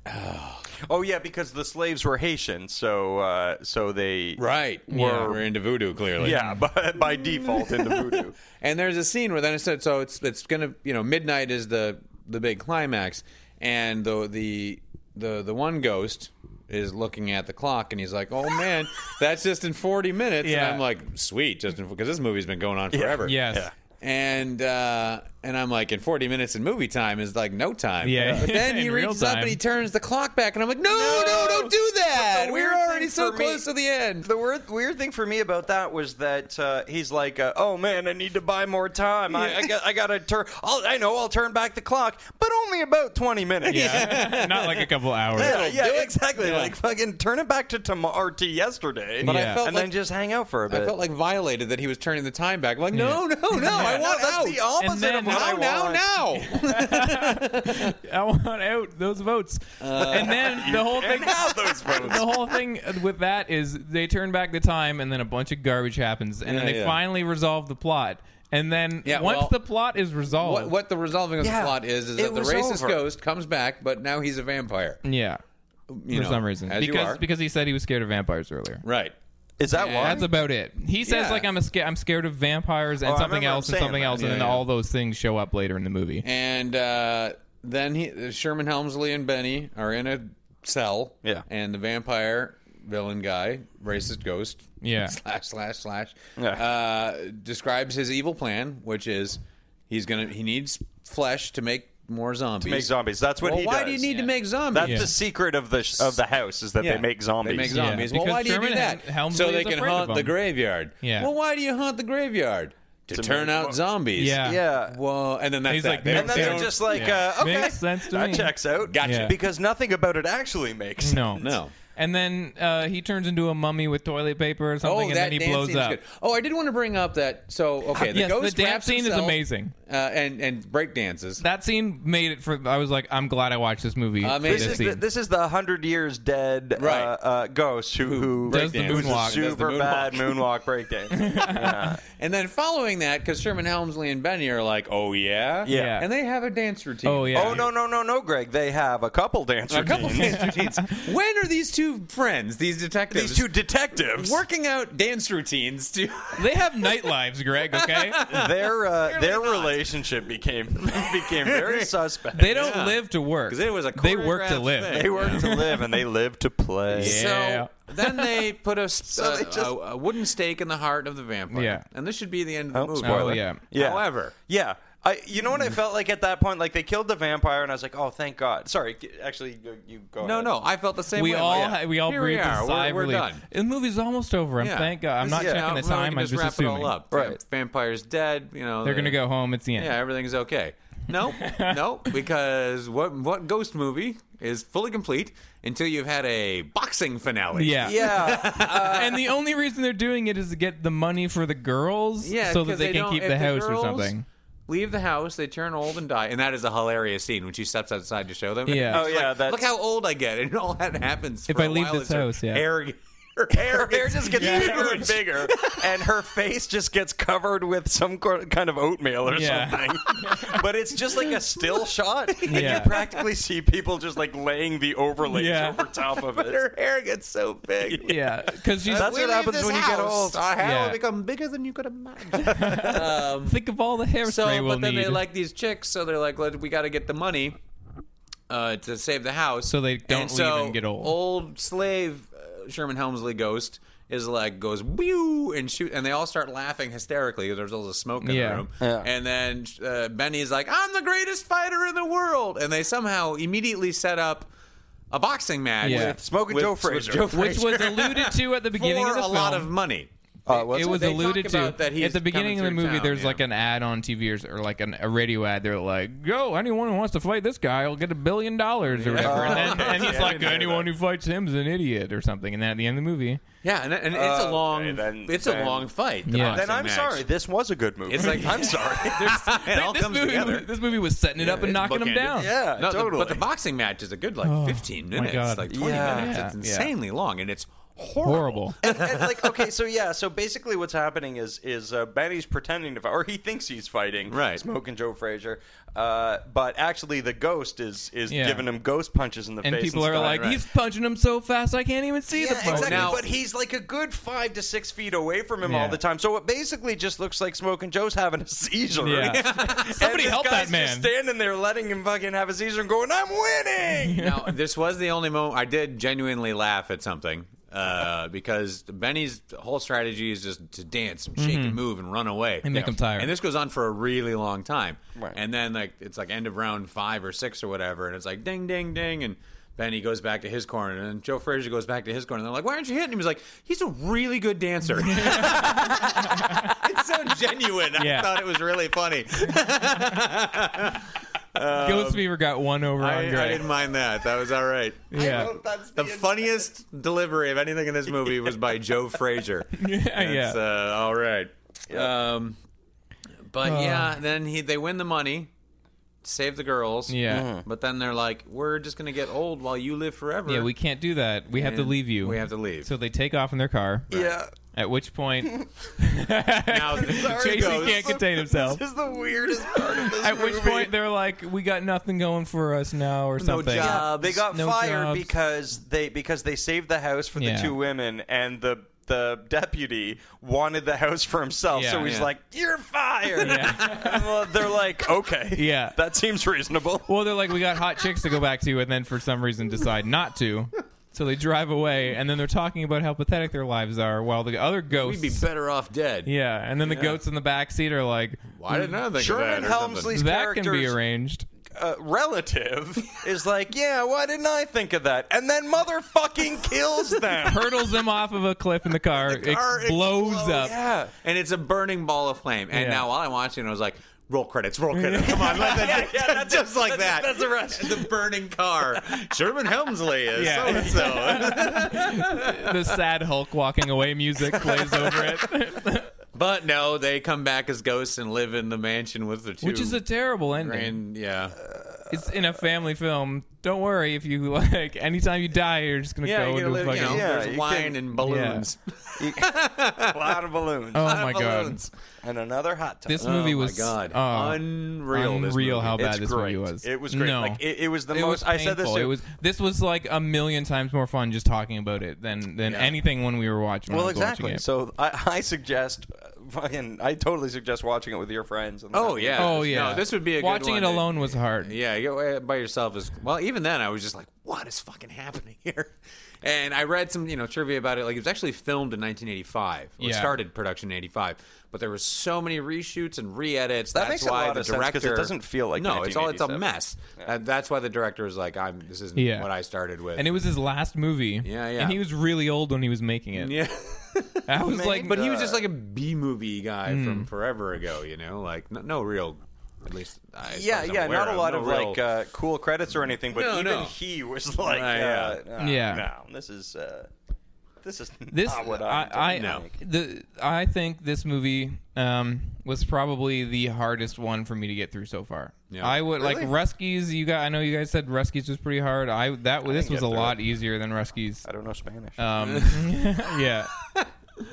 B: Oh yeah, because the slaves were Haitian, so uh, so they
C: right,
B: Were-
C: we're into voodoo clearly.
B: yeah, by, by default in the voodoo.
C: And there's a scene where then it said, so it's it's gonna you know midnight is the the big climax, and the the the the one ghost is looking at the clock and he's like, oh man, that's just in 40 minutes.
A: Yeah.
C: And I'm like, sweet, just because this movie's been going on forever.
A: Yes.
B: Yeah.
C: And uh, and I'm like, in 40 minutes in movie time is like no time.
A: Yeah.
C: But then he
A: In real
C: reaches up
A: time.
C: and he turns the clock back, and I'm like, no, no, don't do that.
B: The
C: We're
B: weird thing
C: already so
B: for me-
C: close to the end.
B: The weird, weird thing for me about that was that uh, he's like, uh, "Oh man, I need to buy more time. I, I got, I got to turn. I'll, I know I'll turn back the clock, but only about twenty minutes.
A: Yeah. not like a couple hours.
B: Yeah, yeah,
C: do it.
B: exactly.
C: Yeah.
B: Like fucking turn it back to tomorrow or to yesterday,
C: But
A: I
B: and
C: felt
B: then
C: like-
B: just hang out for a bit.
C: I felt like violated that he was turning the time back. I'm like, no, no, no, I want
B: that's
C: out.
B: the opposite
A: then-
B: of what I
A: Now,
B: want.
C: now, now.
A: I want out those votes. and then the whole thing.
B: And now those votes.
A: the whole thing with that is they turn back the time and then a bunch of garbage happens and then
C: Yeah,
A: they
C: yeah.
A: finally resolve the plot and then
C: Yeah,
A: once
C: well-
A: the plot is resolved
C: what, what the resolving of
B: Yeah,
C: the plot is is
B: it
C: that the
B: was
C: racist
B: over.
C: ghost comes back, but now he's a vampire.
A: yeah
C: You
A: for
C: know,
A: some reason
C: as you
A: because
C: are.
A: because he said he was scared of vampires earlier
C: right.
B: Is that why?
A: that's about it he says
C: Yeah.
A: like i'm a sca- i'm scared of vampires and
B: Oh, I
A: something
B: remember
A: else
B: him
A: and
B: saying
A: something
B: that.
A: else
C: Yeah,
A: and then
C: yeah.
A: all those things show up later in the movie
C: And uh, then he, Sherman Helmsley and Benny are in a cell.
B: Yeah.
C: And the vampire villain guy, racist ghost.
A: Yeah.
C: slash slash slash.
B: Yeah.
C: Uh, describes his evil plan, which is he's gonna he needs flesh to make more zombies.
B: make zombies. That's what
C: well,
B: he does.
C: why do you need to make zombies?
B: That's the secret of the sh- of the house is that
C: Yeah.
B: they make zombies.
C: They make
A: Yeah,
C: zombies.
A: because
C: well, why do you do
A: Sherman
C: that?
A: Hel- Helmsley
C: so they
A: is
C: can
A: afraid of
C: haunt the
A: them.
C: graveyard.
A: Yeah.
C: Well, why do you haunt the graveyard? To, turn
B: make-
C: out zombies.
A: Yeah.
B: Yeah.
C: Well, and then that's
A: He's
C: that.
A: like,
C: They-
B: And then
C: they
B: they're
C: don't-
B: just like,
A: yeah.
B: uh, okay,
A: Makes sense to
B: that
A: me.
B: checks out.
C: Gotcha.
A: Yeah.
B: Because nothing about it actually makes sense.
A: no
C: No.
A: and then uh, he turns into a mummy with toilet paper or something
C: Oh,
A: and
C: that
A: then he
C: dance
A: blows
C: scene's
A: up
C: good. Oh, I did want to bring up that. So okay, the
A: Yes, the
C: ghost
A: dance
C: wraps
A: scene is
C: himself,
A: amazing.
C: uh, and and break dances.
A: that scene made it for i was like i'm glad i watched this movie for
C: Amazing.
A: this
B: This is,
A: scene.
B: the, this is the 100 years dead
C: Right.
B: uh, uh, ghost who, who,
A: does the
B: who's
A: moonwalk, does
B: a
A: the
B: super
C: moonwalk.
B: bad moonwalk breakdance.
C: and then following that, because Sherman Helmsley and Benny are like, oh yeah,
A: Yeah.
C: and they have a dance routine.
A: oh yeah
B: Oh, no, no, no, no, Greg. They have a couple dance
C: a couple
B: routines.
C: dance routines. When are these two friends, these detectives,
B: These two detectives.
C: working out dance routines to?
A: they have night lives greg okay
B: Their uh, their relationship became became very suspect.
A: They don't live to work.
C: 'Cause it was a
A: they work to
C: choreographed
A: live.
C: thing.
B: They work to live and they live to play.
A: Yeah.
C: So then they put a, s-
B: So they
C: a-
B: just-
C: a, a wooden stake in the heart of the vampire.
A: Yeah.
C: And this should be the end of the
B: Oh,
C: movie.
A: spoiler. Oh, yeah.
B: Yeah.
C: However,
B: Yeah. I, you know what
C: Mm.
B: I felt like at that point? Like they killed the vampire, and I was like, "Oh, thank God!" Sorry, g- actually, you, you go.
C: no,
B: ahead.
C: no, I felt the same
A: We
C: way. I'm
A: all
C: like,
A: ha- we all
C: here
A: breathe
C: we are.
A: a sigh
C: we're,
A: of
C: we're
A: relief.
C: done.
A: The movie's almost over. I'm
C: Yeah.
A: thank God. I'm
C: This
A: not
C: is-
A: checking
C: now-
A: the
C: now we
A: time.
C: can
A: I'm
C: just
A: just
C: wrap
A: assuming
C: it all up.
B: Right.
C: Vampire's dead. You know
A: they're gonna
C: the-
A: go home. It's the end.
C: Yeah, everything's okay. Nope, nope. Because what what ghost movie is fully complete until you've had a boxing finale?
A: Yeah.
B: Yeah,
A: and the only reason they're doing it is to get the money for the girls,
C: Yeah,
A: so that
C: 'cause
A: they, can
C: don't-
A: keep
C: if
A: the house or
C: girls
A: something.
C: Leave the house, they turn old and die, and that is a hilarious scene when she steps outside to show them.
A: Yeah.
C: It's
B: Oh, yeah,
C: like,
B: that's-
C: look how old I get, and all that happens.
A: If
C: for
A: I
C: a
A: leave
C: while,
A: this
C: it's her
A: house, yeah.
C: hair, her hair,
B: her hair just gets bigger and bigger, and her face just gets covered with some cor- kind of oatmeal or
A: Yeah.
B: something. but it's just like a still shot, and
A: Yeah.
B: you practically see people just like laying the overlays
A: Yeah.
B: over top of it.
C: Her hair gets so big.
A: Yeah, because she's
B: That's
C: We
B: what
C: leave
B: happens
C: this
B: when you get
C: house,
B: old.
C: Our hair
A: Yeah.
C: will become bigger than you could imagine.
A: think of all the hairspray
C: so,
A: we'll
C: but then
A: need.
C: they like these chicks, so they're like, "Let- "We got to get the money uh, to save the house."
A: So they don't
C: and
A: leave
C: so
A: and get old.
C: Old slave uh, Sherman Helmsley ghost is like goes whew and shoot, and they all start laughing hysterically. There's all the smoke in
A: Yeah.
C: the room, and then uh, Benny's like, "I'm the greatest fighter in the world," and they somehow immediately set up a boxing match
A: Yeah.
C: with
B: Smoking Joe
C: with
B: Frazier.
C: Joe
A: which
C: Frazier
A: was alluded to at the beginning
C: for
A: of the
C: a
A: film.
C: lot of money.
B: Uh, what's
A: it was
C: They
A: alluded
C: talk
A: to
C: about that he's
A: at the beginning of the
C: coming through
A: movie.
C: town,
A: there's
C: yeah.
A: like an ad on TV or, s- or like an, a radio ad. They're like, "Go, anyone who wants to fight this guy will get a billion dollars or whatever." And, then, and he's like, "Anyone who fights him is an idiot" or something. And then at the end of the movie,
C: Yeah, and, and it's a long,
B: okay, Uh, then-
C: it's a
B: then-
C: long fight.
A: Yeah.
C: boxing
B: Then I'm
C: match.
B: sorry. This was a good movie.
C: It's like-
B: I'm sorry.
C: it all
A: this
C: comes
A: movie,
C: together.
A: this movie was setting it up and
C: it's
A: knocking him
C: bookended.
A: down. Oh
B: Yeah,
C: No, the-
B: totally.
C: but the boxing match is a good like 15 minutes,
A: God.
C: like 20
B: Yeah.
C: minutes.
A: Yeah.
C: It's insanely long and it's horrible.
A: Horrible.
B: and, and, like okay, so yeah, so basically what's happening is is uh, Benny's pretending to fight, or he thinks he's fighting,
C: Right.
B: Smoke and Joe Frazier, uh, but actually the ghost is is
A: Yeah.
B: giving him ghost punches in the
A: And
B: face.
A: people are
B: stuff.
A: like,
C: right.
A: "He's punching him so fast, I can't even see
B: Yeah,
A: the punch."
B: exactly.
C: Now-
B: but he's like a good five to six feet away from him
A: Yeah.
B: all the time. So it basically just looks like Smoke and Joe's having a seizure.
A: Yeah.
B: And
A: Somebody
B: this
A: help that
B: guy's
A: man.
B: Just standing there, letting him fucking have a seizure and going, "I'm winning."
C: now, this was the only moment I did genuinely laugh at something uh, because Benny's whole strategy is just to dance and shake and move and run away
A: Mm-hmm. And make
C: Yeah.
A: him tired.
C: And this goes on for a really long time.
B: Right.
C: And then like it's like end of round five or six or whatever, and it's like ding, ding, ding, and. Benny goes back to his corner, and Joe Frazier goes back to his corner. And they're like, "Why aren't you hitting him?" He's like, "He's a really good dancer." it's so genuine. I
A: Yeah.
C: thought it was really funny.
A: Ghost Fever got one over
C: um, I,
A: on
C: I
A: Greg.
C: didn't mind that. That was all right.
A: yeah,
B: That's
C: The funniest delivery of anything in this movie was by Joe Frazier.
A: yeah.
C: That's, uh, all right. Um, but
A: Uh.
C: yeah, then he they win the money, save the girls.
A: Yeah. Mhm.
C: But then they're like, we're just gonna get old while you live forever.
A: yeah. We can't do that. We have to
C: And
A: leave you.
C: we have to leave.
A: So they take off in their car.
B: yeah.
A: At which point,
C: now the two
A: Casey
C: ghosts.
A: can't contain himself.
B: This is the weirdest part of this
A: At which
B: movie.
A: point they're like, "We got nothing going for us now," or something.
C: job.
B: Uh, they got
A: Uh, No
B: fired
A: jobs.
B: because they because they saved the house for
A: Yeah.
B: the two women and the the deputy wanted the house for himself so
A: Yeah.
B: he's
A: Yeah.
B: like you're fired
A: Yeah.
B: And, well, they're like okay
A: Yeah.
B: that seems reasonable
A: Well, they're like, "We got hot chicks to go back to," and then for some reason decide not to. So they drive away, and then they're talking about how pathetic their lives are, while the other
C: We'd
A: ghosts.
C: be better off dead.
A: yeah, and then the goats in the back seat are like,
C: Why didn't I think of
B: Sherman
C: that or something?
B: Helmsley's
A: "That can be
B: character's
A: arranged."
B: uh, relative is like yeah why didn't I think of that and then motherfucking kills them
A: Hurtles them off of a cliff in the car,
C: car
A: explodes,
C: explodes.
A: up.
B: yeah
C: And it's a burning ball of flame. And
A: Yeah.
C: now while I'm watching, I was like, roll credits, roll credits. Come on, let that
B: yeah, that's it.
C: just like
B: That's-
C: that.
B: that's the rest.
C: The burning car. Sherman Helmsley is
A: Yeah.
C: so and so.
A: The sad Hulk walking away music plays over it,
C: But no, they come back as ghosts and live in the mansion with the two.
A: which is a terrible ending.
C: and yeah,
A: It's
C: uh,
A: in a family film. Don't worry if you like. Anytime you die, you're just gonna go
C: yeah, you
A: into
C: know, live,
A: fucking.
C: you know,
B: Yeah,
C: there's
B: you
C: wine
B: can-
C: and balloons.
B: a lot of balloons
A: Oh my god,
C: Balloons.
B: and another hot tub
A: this movie
C: oh my
A: was
C: god,
A: oh,
C: unreal, this
A: unreal
C: movie.
A: how bad
B: It's
A: this
B: great.
A: movie was.
B: It was great.
A: No.
B: Like, it- it was the
A: It
B: most- I said this
A: painful.
B: to-
A: It was. This was like a million times more fun just talking about it than than
C: Yeah.
A: anything when we were watching. when
B: Well,
A: I was watching
B: exactly.
A: it.
B: So I, I suggest, uh, fucking, I totally suggest watching it with your friends. And
C: Oh yeah.
A: oh yeah,
C: No, this would be a good
A: watching
C: one
A: it
C: to-
A: alone was hard.
C: Yeah, you go eh, by yourself is well. Even then, I was just like, "What is fucking happening here?" And I read some you know trivia about it. Like it was actually filmed in 1985. Or
A: Yeah.
C: started production in 85, but there were so many reshoots and re-edits.
B: That
C: that's
B: makes a
C: why
B: lot
C: the
B: of sense, 'cause it
C: director
B: doesn't feel like
C: no. It's all it's a
B: 1987.
C: mess. That- that's why the director is like, "I'm this isn't
A: Yeah.
C: what I started with."
A: And it was his last movie.
C: Yeah, yeah.
A: And he was really old when he was making it.
C: yeah.
A: I was like, uh, Mm.
C: but uh, he was just like a B movie guy from forever ago. You know, like no, no real. At least, I, as far
B: Yeah,
C: as I'm
B: yeah,
C: aware
B: not a lot
C: no
B: of
C: real-
B: like uh, cool credits or anything, but
C: No,
B: even
C: no.
B: he was like,
C: Right,
B: uh,
C: yeah.
B: uh,
A: Yeah.
B: no, this is uh, this is
A: this
B: not what
A: I,
B: I,
A: I,
C: No.
A: the I think this movie um, was probably the hardest one for me to get through so far.
C: Yeah.
A: I would like Ruskies. You got I know you guys said Ruskies was pretty hard. I that this was
B: get
A: a
B: through
A: lot easier than Ruskies.
C: Uh,
B: I don't know Spanish.
A: Um, yeah.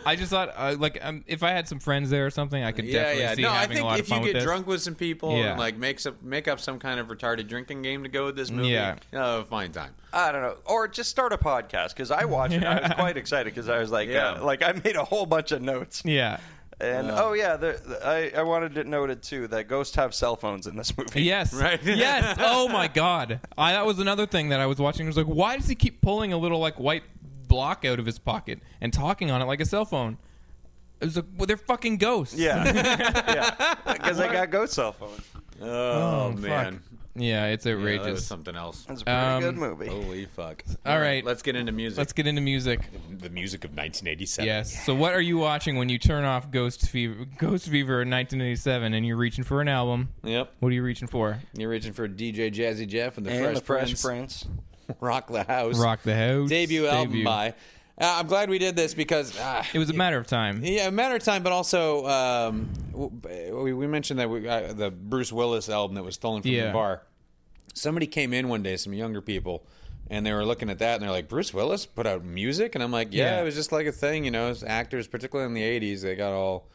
A: I just thought, uh, like, um, if I had some friends there or something, I could
C: Yeah,
A: definitely
C: yeah.
A: see
C: No, I
A: having a
C: think
A: lot
C: if
A: of fun
C: you
A: with
C: get
A: this.
C: drunk with some people
A: Yeah.
C: and like make up make up some kind of retarded drinking game to go with this movie,
A: Yeah.
C: uh, fine time.
B: I don't know, or just start a podcast because I watched it. I was quite excited because I was like,
C: Yeah.
B: uh, like I made a whole bunch of notes.
A: yeah,
B: And oh yeah, the, the- I I wanted it noted too that ghosts have cell phones in this movie.
A: Yes.
C: Right.
A: yes. Oh my God. I, that was another thing that I was watching. I was like, why does he keep pulling a little like white block out of his pocket and talking on it like a cell phone? It was like, well, they're fucking ghosts.
B: Yeah, yeah, because I got ghost cell phones.
C: Oh,
A: fuck.
C: man,
A: Yeah, it's
C: Yeah, that was
A: outrageous.
C: something else.
B: It's a pretty
A: Um,
B: good movie.
A: oh,
C: Holy fuck!
A: All right.
C: let's get into music.
A: Let's get into music.
C: the music of 1987.
A: Yes. So what are you watching when you turn off Ghost Fever, Ghost Fever in 1987 and you're reaching for an album?
C: Yep.
A: What are you reaching for?
C: You're reaching for DJ Jazzy Jeff and the
B: and
C: Fresh
B: the Fresh
C: Prince.
B: Prince.
C: Rock the House.
A: Rock the House.
C: Debut, album by. Uh, I'm glad we did this because uh,
A: It was a matter of time.
C: Yeah, a matter of time, but also um, w- we, we mentioned that we, uh, the Bruce Willis album that was stolen from
A: Yeah.
C: the bar. Somebody came in one day, some younger people, and they were looking at that and they're like, "Bruce Willis put out music," and I'm like, "Yeah,
A: Yeah.
C: it was just like a thing, you know." as Actors, particularly in the '80s, they got all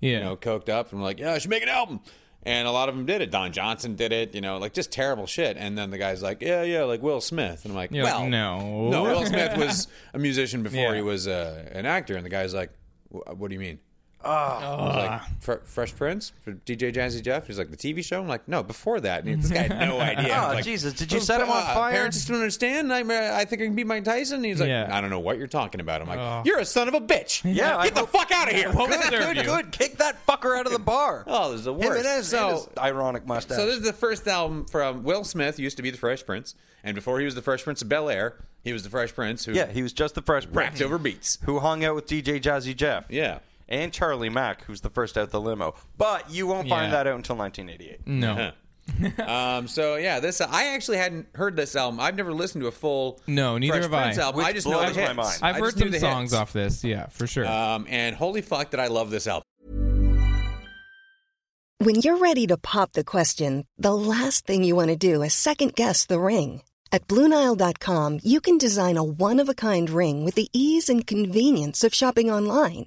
A: Yeah.
C: you know coked up and were like, "Yeah, I should make an album." And a lot of them did it. Don Johnson did it, you know, like just terrible shit. And then the guy's like, "Yeah, yeah," like Will Smith, and I'm like,
A: You're like,
C: "Well,
A: no.
C: no, Will Smith was a musician before
A: Yeah.
C: he was uh, an actor." And the guy's like, "Wh- "What do you mean?"
B: Ah.
C: I was like, "Fre- Fresh Prince, DJ Jazzy Jeff. He's like the TV show. I'm like, no, before that. And this guy had no idea. I was
B: Oh,
C: like,
B: Jesus, did you set him on
C: "Uh,
B: fire?"
C: Parents just don't understand. Nightmare. I think I can beat Mike Tyson. And he's like,
A: Yeah.
C: I don't know what you're talking about. I'm like, you're a son of a bitch.
B: Yeah, I
C: get the
B: hope-
C: fuck out of here.
A: What was there?
B: Good, good. Kick that fucker out of the bar.
C: Oh, this is the worst.
B: Him and his,
C: So-
B: and his ironic mustache.
C: So this is the first album from Will Smith. Used to be the Fresh Prince, and before he was the Fresh Prince of Bel Air, he was the Fresh Prince who
B: yeah, he was just the Fresh
C: rapped
B: Prince
C: over beats.
B: who hung out with DJ Jazzy Jeff.
C: Yeah.
B: And Charlie Mack, who's the first out the limo. But you won't find
A: Yeah.
B: that out until 1988.
A: No.
C: Uh-huh. Um, so yeah, this I actually hadn't heard this album. I've never listened to a full
A: No, neither
C: Fresh
A: have I.
C: Prince album.
B: Which
C: I just know
B: blows
C: the
B: my
C: hits.
B: mind.
A: I've
C: I
A: heard
C: just knew
A: some
C: the
A: songs
C: hits.
A: off this. Yeah, for sure.
C: Um, and holy fuck, did I love this album!
D: When you're ready to pop the question, the last thing you want to do is second guess the ring. At Bluenile.com, you can design a one of a kind ring with the ease and convenience of shopping online.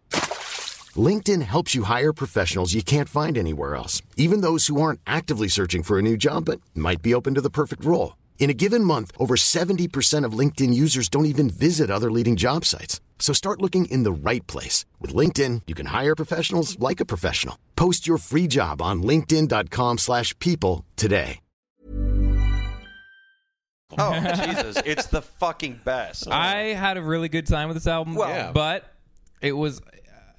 E: LinkedIn helps you hire professionals you can't find anywhere else, even those who aren't actively searching for a new job but might be open to the perfect role. In a given month, over 70% of LinkedIn users don't even visit other leading job sites. So start looking in the right place. With LinkedIn, you can hire professionals like a professional. Post your free job on linkedin.com/people slash people today.
B: Oh, Jesus. It's the fucking best.
C: Oh.
A: I had a really good time with this album,
B: Well-
C: Yeah.
A: but it was,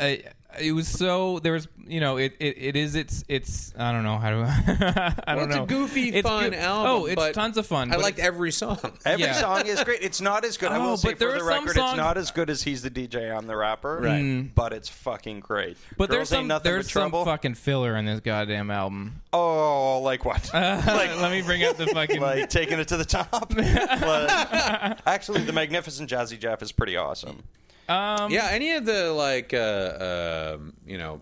A: uh, it was so there was you know it, it, it is it's it's I don't know how to I
C: Well,
A: don't
C: it's
A: know
C: a goofy,
A: It's
C: fun
A: goo-
C: album.
A: Oh, it's
C: but
A: tons of fun.
C: I
A: but
C: liked
A: it's-
C: every song.
B: Every
A: Yeah.
B: song is great. It's not as good. I
A: Oh,
B: will say
A: but there
B: for the
A: are some
B: record,
A: songs- Mm.
B: it's not as good as he's the DJ. I'm the rapper.
C: Right.
B: But it's fucking great.
A: But
B: Girls
A: there's some
B: ain't nothing
A: there's
B: but
A: some
B: trouble.
A: fucking filler in this goddamn album.
B: oh, like what?
A: Like, let me bring up the fucking.
B: like taking it to the top. Like- actually, the magnificent Jazzy Jeff is pretty awesome.
A: um,
C: yeah, any of the like, uh, um, you know,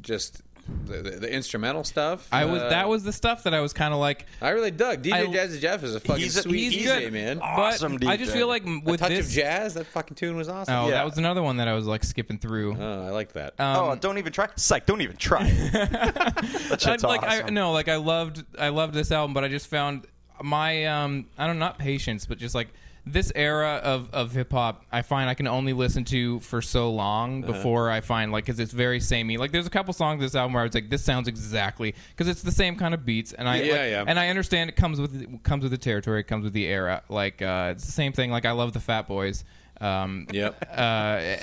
C: just the, the, the instrumental stuff.
A: I was
C: uh,
A: that was the stuff that I was kind of like.
C: I really dug DJ
A: I-
C: Jazzy Jeff is a fucking
B: He's a-
C: sweet
A: He's
C: DJ
A: good,
C: man.
A: but
B: Awesome
A: I just
B: DJ.
A: feel like m-
C: A
A: with
C: touch
A: this.
C: of jazz. That fucking tune was awesome.
A: oh,
B: Yeah.
A: that was Um, another one that I was like skipping through.
C: Oh, I like that.
B: oh, don't even try. Psych, don't even try. that shit's
A: I'd, like I
B: awesome.
A: no, like I loved I loved this album, but I just found my um I don't not patience, but just like this era of of hip hop, I find I can only listen to for so long
C: Uh-huh.
A: before I find like because it's very samey. Like there's a couple songs this album where I was like, this sounds exactly because it's the same kind of beats, and I
C: Yeah,
A: like-
C: yeah.
A: and I understand it comes with it comes with the territory, it comes with the era. Like uh, it's the same thing. Like I love the Fat Boys. Um,
C: Yep.
A: Uh,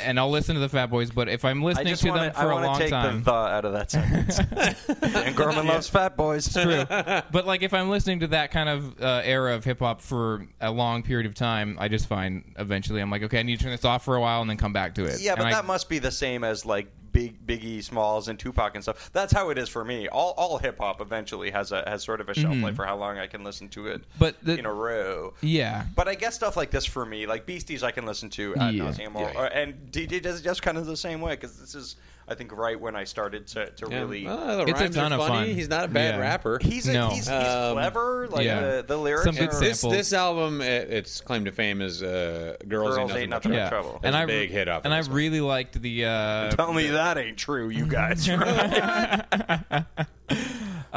A: and I'll listen to the Fat Boys, but if I'm
B: I
A: listening
B: just
A: to them
B: want to.
A: for
B: I
A: a
B: want
A: long
B: to take
A: time,
B: the "the" out of that sentence. and Gorman loves fat boys. True.
A: but like if I'm listening to that kind of uh, era of hip hop for a long period of time, I just find eventually I'm like, okay, I need to turn this off for a while and then come back to it.
B: Yeah,
A: And
B: but
A: I-
B: that must be the same as like Big Biggie Smalls and Tupac and stuff. That's how it is for me. All all hip hop eventually has a has sort of a shelf life for how long I can listen to it
A: Mm-hmm. But the-
B: in a row.
A: Yeah.
B: But I guess stuff like this for me, like Beasties, I can listen to ad
A: Yeah.
B: nauseam, or, or- and DJ does it just kind of the same way because this is, I think, right when I started to, to
C: Yeah.
B: really.
C: Oh, the
A: It's a
C: rhymes
A: ton
C: are
A: of
C: funny.
A: fun.
C: He's not a bad
A: Yeah.
C: rapper.
B: he's a,
A: No.
B: he's, he's
C: Um,
B: clever. Like
A: yeah.
B: the, the lyrics.
A: Some good
B: are,
A: sample.
C: this this album, it, its claim to fame is uh, "Girls,
B: Girls
C: Ain't
B: Ain't
C: Nothing,
B: Nothing
A: yeah.
C: But
B: But Trouble.
A: And
C: That's a
A: I
C: big hit off of
A: And I
C: this one.
A: really liked the. Uh,
B: Tell me that ain't true, you guys.
A: Uh,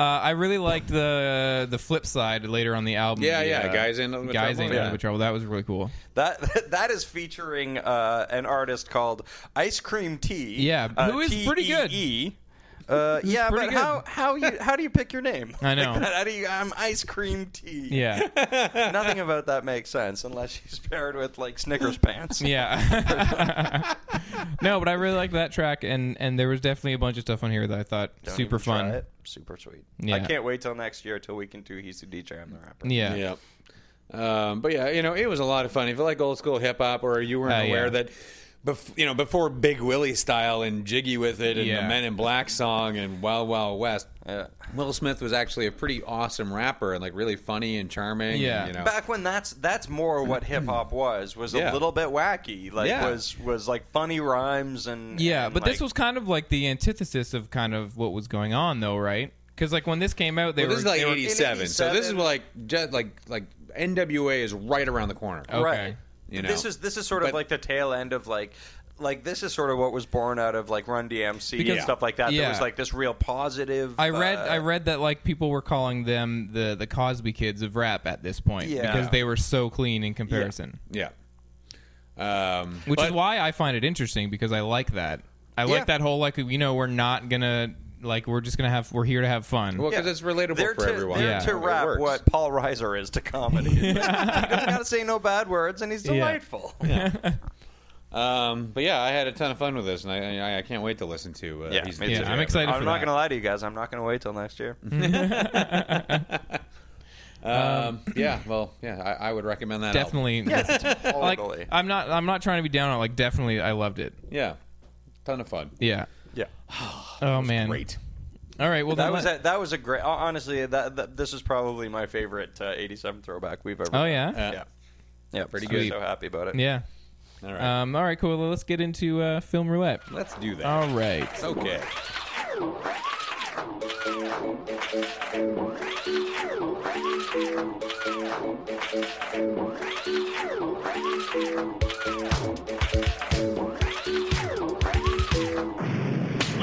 A: I really liked the the flip side later on the album.
C: Yeah,
A: the,
C: yeah,
A: uh,
C: Guys Ain't Nothing But
A: guys
C: Trouble.
A: ain't nothing
C: Yeah.
A: but trouble. That was really cool.
B: That that is featuring uh, an artist called Ice Cream Tea.
A: Yeah,
B: uh,
A: who is pretty good.
B: T.E.. Uh, yeah, but
A: pretty good.
B: how how you how do you pick your name?
A: I know.
B: Like that, how do you? I'm ice cream tea.
A: Yeah,
B: Nothing about that makes sense unless she's paired with like Snickers pants.
A: yeah. no, but I really liked that track, and and there was definitely a bunch of stuff on here that I thought
B: Don't
A: super
B: even try
A: fun.
B: it. Super sweet. I
A: Yeah.
B: can't wait till next year till we can do He's the DJ, I'm the rapper.
A: Yeah.
C: Yeah. Um, but yeah, you know, it was a lot of fun. If you like old school hip hop, or you weren't
A: Uh, yeah.
C: aware that, bef- you know, before Big Willie style and Jiggy with it, and
A: Yeah. Uh,
C: the Men in Black song and Wild Wild West,
B: Yeah.
C: Will Smith was actually a pretty awesome rapper and like really funny and charming. and,
A: Yeah.
C: you know,
B: Back when that's that's more what hip hop was was a
C: Yeah.
B: little bit wacky like
C: Yeah.
B: was was like funny rhymes and
A: Yeah,
B: and,
A: but this
B: like-
A: was kind of like the antithesis of kind of what was going on, though, right? Because like when this came out, they
C: Well,
A: were
C: this is like
A: they were-
C: '87, so this is
B: 87.
C: like just like like NWA is right around the corner.
A: Okay.
B: right
C: You
B: this
C: know.
B: is this is sort of
C: But-
B: like the tail end of like like this is sort of what was born out of like run dmc and
A: Because-
B: stuff like that there
A: Yeah.
B: was like this real positive
A: I read
B: uh,
A: I read that like people were calling them the the Cosby kids of rap at this point
B: Yeah.
A: because they were so clean in comparison,
C: Yeah. Um,
A: which is
C: but-
A: why I find it interesting because I like that. I
B: Yeah.
A: like that whole like you know we're not gonna like we're just gonna have we're here to have fun.
C: well, because it's relatable
B: they're
C: for
B: to,
C: everyone.
B: they're
A: Yeah.
B: to
C: It
B: rap
C: works.
B: what paul reiser is to comedy he doesn't gotta say no bad words and he's delightful
C: Um, but yeah, I had a ton of fun with this, and I I, I can't wait to listen to. Uh,
B: Yeah,
C: these-
B: me too.
A: Yeah, I'm excited
B: i'm
A: for
B: not
A: that.
B: gonna lie to you guys i'm not gonna wait till next year
C: Um, yeah, well, yeah, I, I would recommend that. album.
A: definitely. like
B: Totally.
A: I'm not I'm not trying to be down on it. Like definitely I loved it.
C: Yeah, ton of fun.
A: Yeah.
B: yeah
A: Oh man.
C: Great.
A: All right. Well,
B: that
A: then
B: was
A: let-
B: a, that was a great honestly that, that this is probably my favorite uh, 87 throwback we've ever
A: Oh
B: done.
A: yeah.
B: yeah yeah pretty
A: Sweet.
B: so happy about it
A: yeah.
C: All right,
A: Um, all right, cool. Well, let's get into uh, film roulette.
C: let's do that.
A: All right.
C: okay.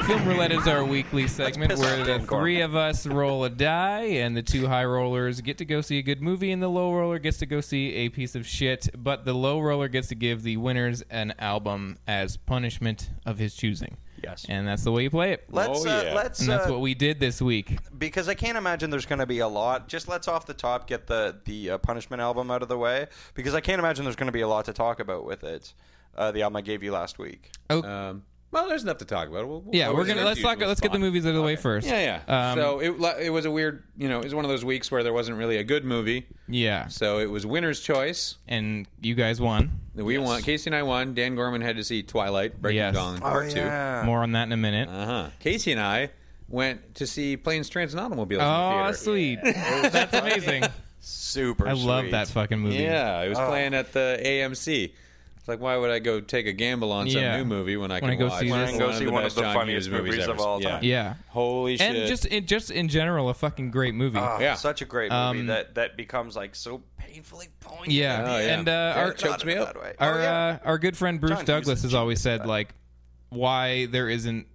A: Film roulette is our weekly segment
B: piss
A: where
B: off
A: the
B: Dan Gorman.
A: three of us roll a die, and the two high rollers get to go see a good movie, and the low roller gets to go see a piece of shit. But the low roller gets to give the winners an album as punishment of his choosing.
B: Yes.
A: And that's the way you play it.
B: let's
C: Oh,
B: uh,
C: yeah.
B: let's
A: and that's
B: uh,
A: what we did this week.
B: because I can't imagine there's going to be a lot. Just let's off the top get the the uh, punishment album out of the way because I can't imagine there's going to be a lot to talk about with it. Uh, the album I gave you last week.
C: Um, well, there's enough to talk about. We'll, we'll-
A: Yeah,
C: we'll
A: we're
C: get
A: gonna
C: into
A: let's
C: it.
A: talk.
C: It was
A: Let's get the
C: fun.
A: movies out of the way first.
C: Yeah, yeah.
A: Um,
C: so it li- it was a weird, you know, it was one of those weeks where there wasn't really a good movie.
A: yeah,
C: So it was winner's choice.
A: and you guys won.
C: that We won. Casey and I won. Dan Gorman had to see Twilight Breaking
A: Yes.
C: Dawn Part Two.
A: More on that in a minute.
C: Uh huh. Casey and I went to see Planes, Trains, and Automobiles in the
A: Oh,
C: theater.
A: sweet. That's amazing.
B: Super.
A: I love
B: sweet.
A: that fucking movie.
C: Yeah, it was
B: Oh.
C: playing at the AMC. It's like, why would I go take a gamble on some
A: Yeah.
C: new movie when I
A: When
C: can
A: I go
C: watch
A: see When I this-
B: can go see one of
C: best
B: the
C: John
B: funniest
C: Hughes
B: movies of
C: ever-
B: all time.
C: Yeah.
A: Yeah.
C: Holy shit!
A: And just in, just in general, a fucking great movie.
B: Oh,
C: Yeah.
B: Such a great movie that that becomes like so painfully poignant.
A: yeah.
C: Oh, yeah.
A: And uh,
C: Yeah,
A: our
C: it chokes me up.
B: That way.
A: our
B: oh, yeah.
A: uh, our good friend Bruce
B: John Hughes
A: Douglas
B: is
A: has always said like why there isn't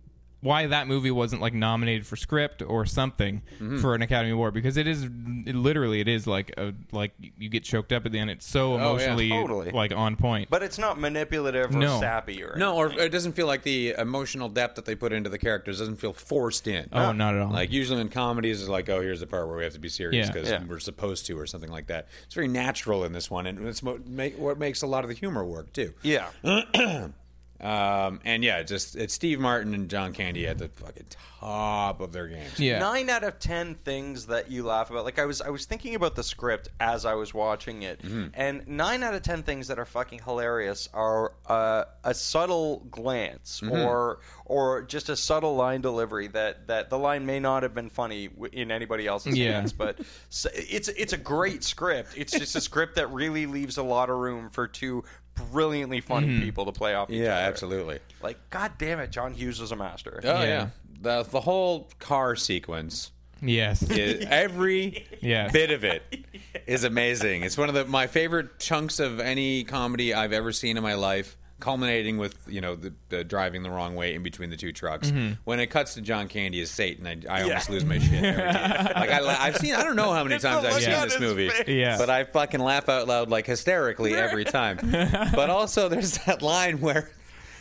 A: why that movie wasn't like nominated for script or something
C: Mm-hmm.
A: for an Academy Award because it is it, literally it is like a like you get choked up at the end. It's so
C: Oh, yeah.
A: emotionally
B: Totally.
A: like on point.
B: but it's not manipulative or
A: No.
B: sappy or
C: no, or it doesn't feel like the emotional depth that they put into the characters doesn't feel forced in.
A: oh, not at all.
C: Like usually in comedies, it's like, oh, here's the part where we have to be serious
A: Yeah.
C: because
B: Yeah.
C: we're supposed to, or something like that. It's very natural in this one, and it's what, make, what makes a lot of the humor work too.
B: Yeah.
C: Um, and yeah, just it's Steve Martin and John Candy at the fucking top of their games.
A: yeah.
B: Nine out of ten things that you laugh about. Like I was, I was thinking about the script as I was watching it, and nine out of ten things that are fucking hilarious are uh, a subtle glance or or just a subtle line delivery that that the line may not have been funny w- in anybody else's
A: Yeah.
B: hands, but s- it's it's a great script. It's just a script that really leaves a lot of room for two brilliantly funny people to play off. each
C: Yeah,
B: other.
C: absolutely.
B: Like, god damn it, John Hughes was a master.
C: Oh yeah, the the whole car sequence.
A: yes.
C: is- every
A: Yes.
C: bit of it is amazing. It's one of the my favorite chunks of any comedy I've ever seen in my life. culminating with you know the, the driving the wrong way in between the two trucks. When it cuts to John Candy as Satan, I, I almost lose my shit. every time. like I, la- I've seen, I don't know how many
B: It's
C: times
B: the
C: I've
B: look
C: seen
B: on
C: this
B: his
C: movie,
B: face.
A: Yeah.
C: but I fucking laugh out loud like hysterically every time. but also, there's that line where.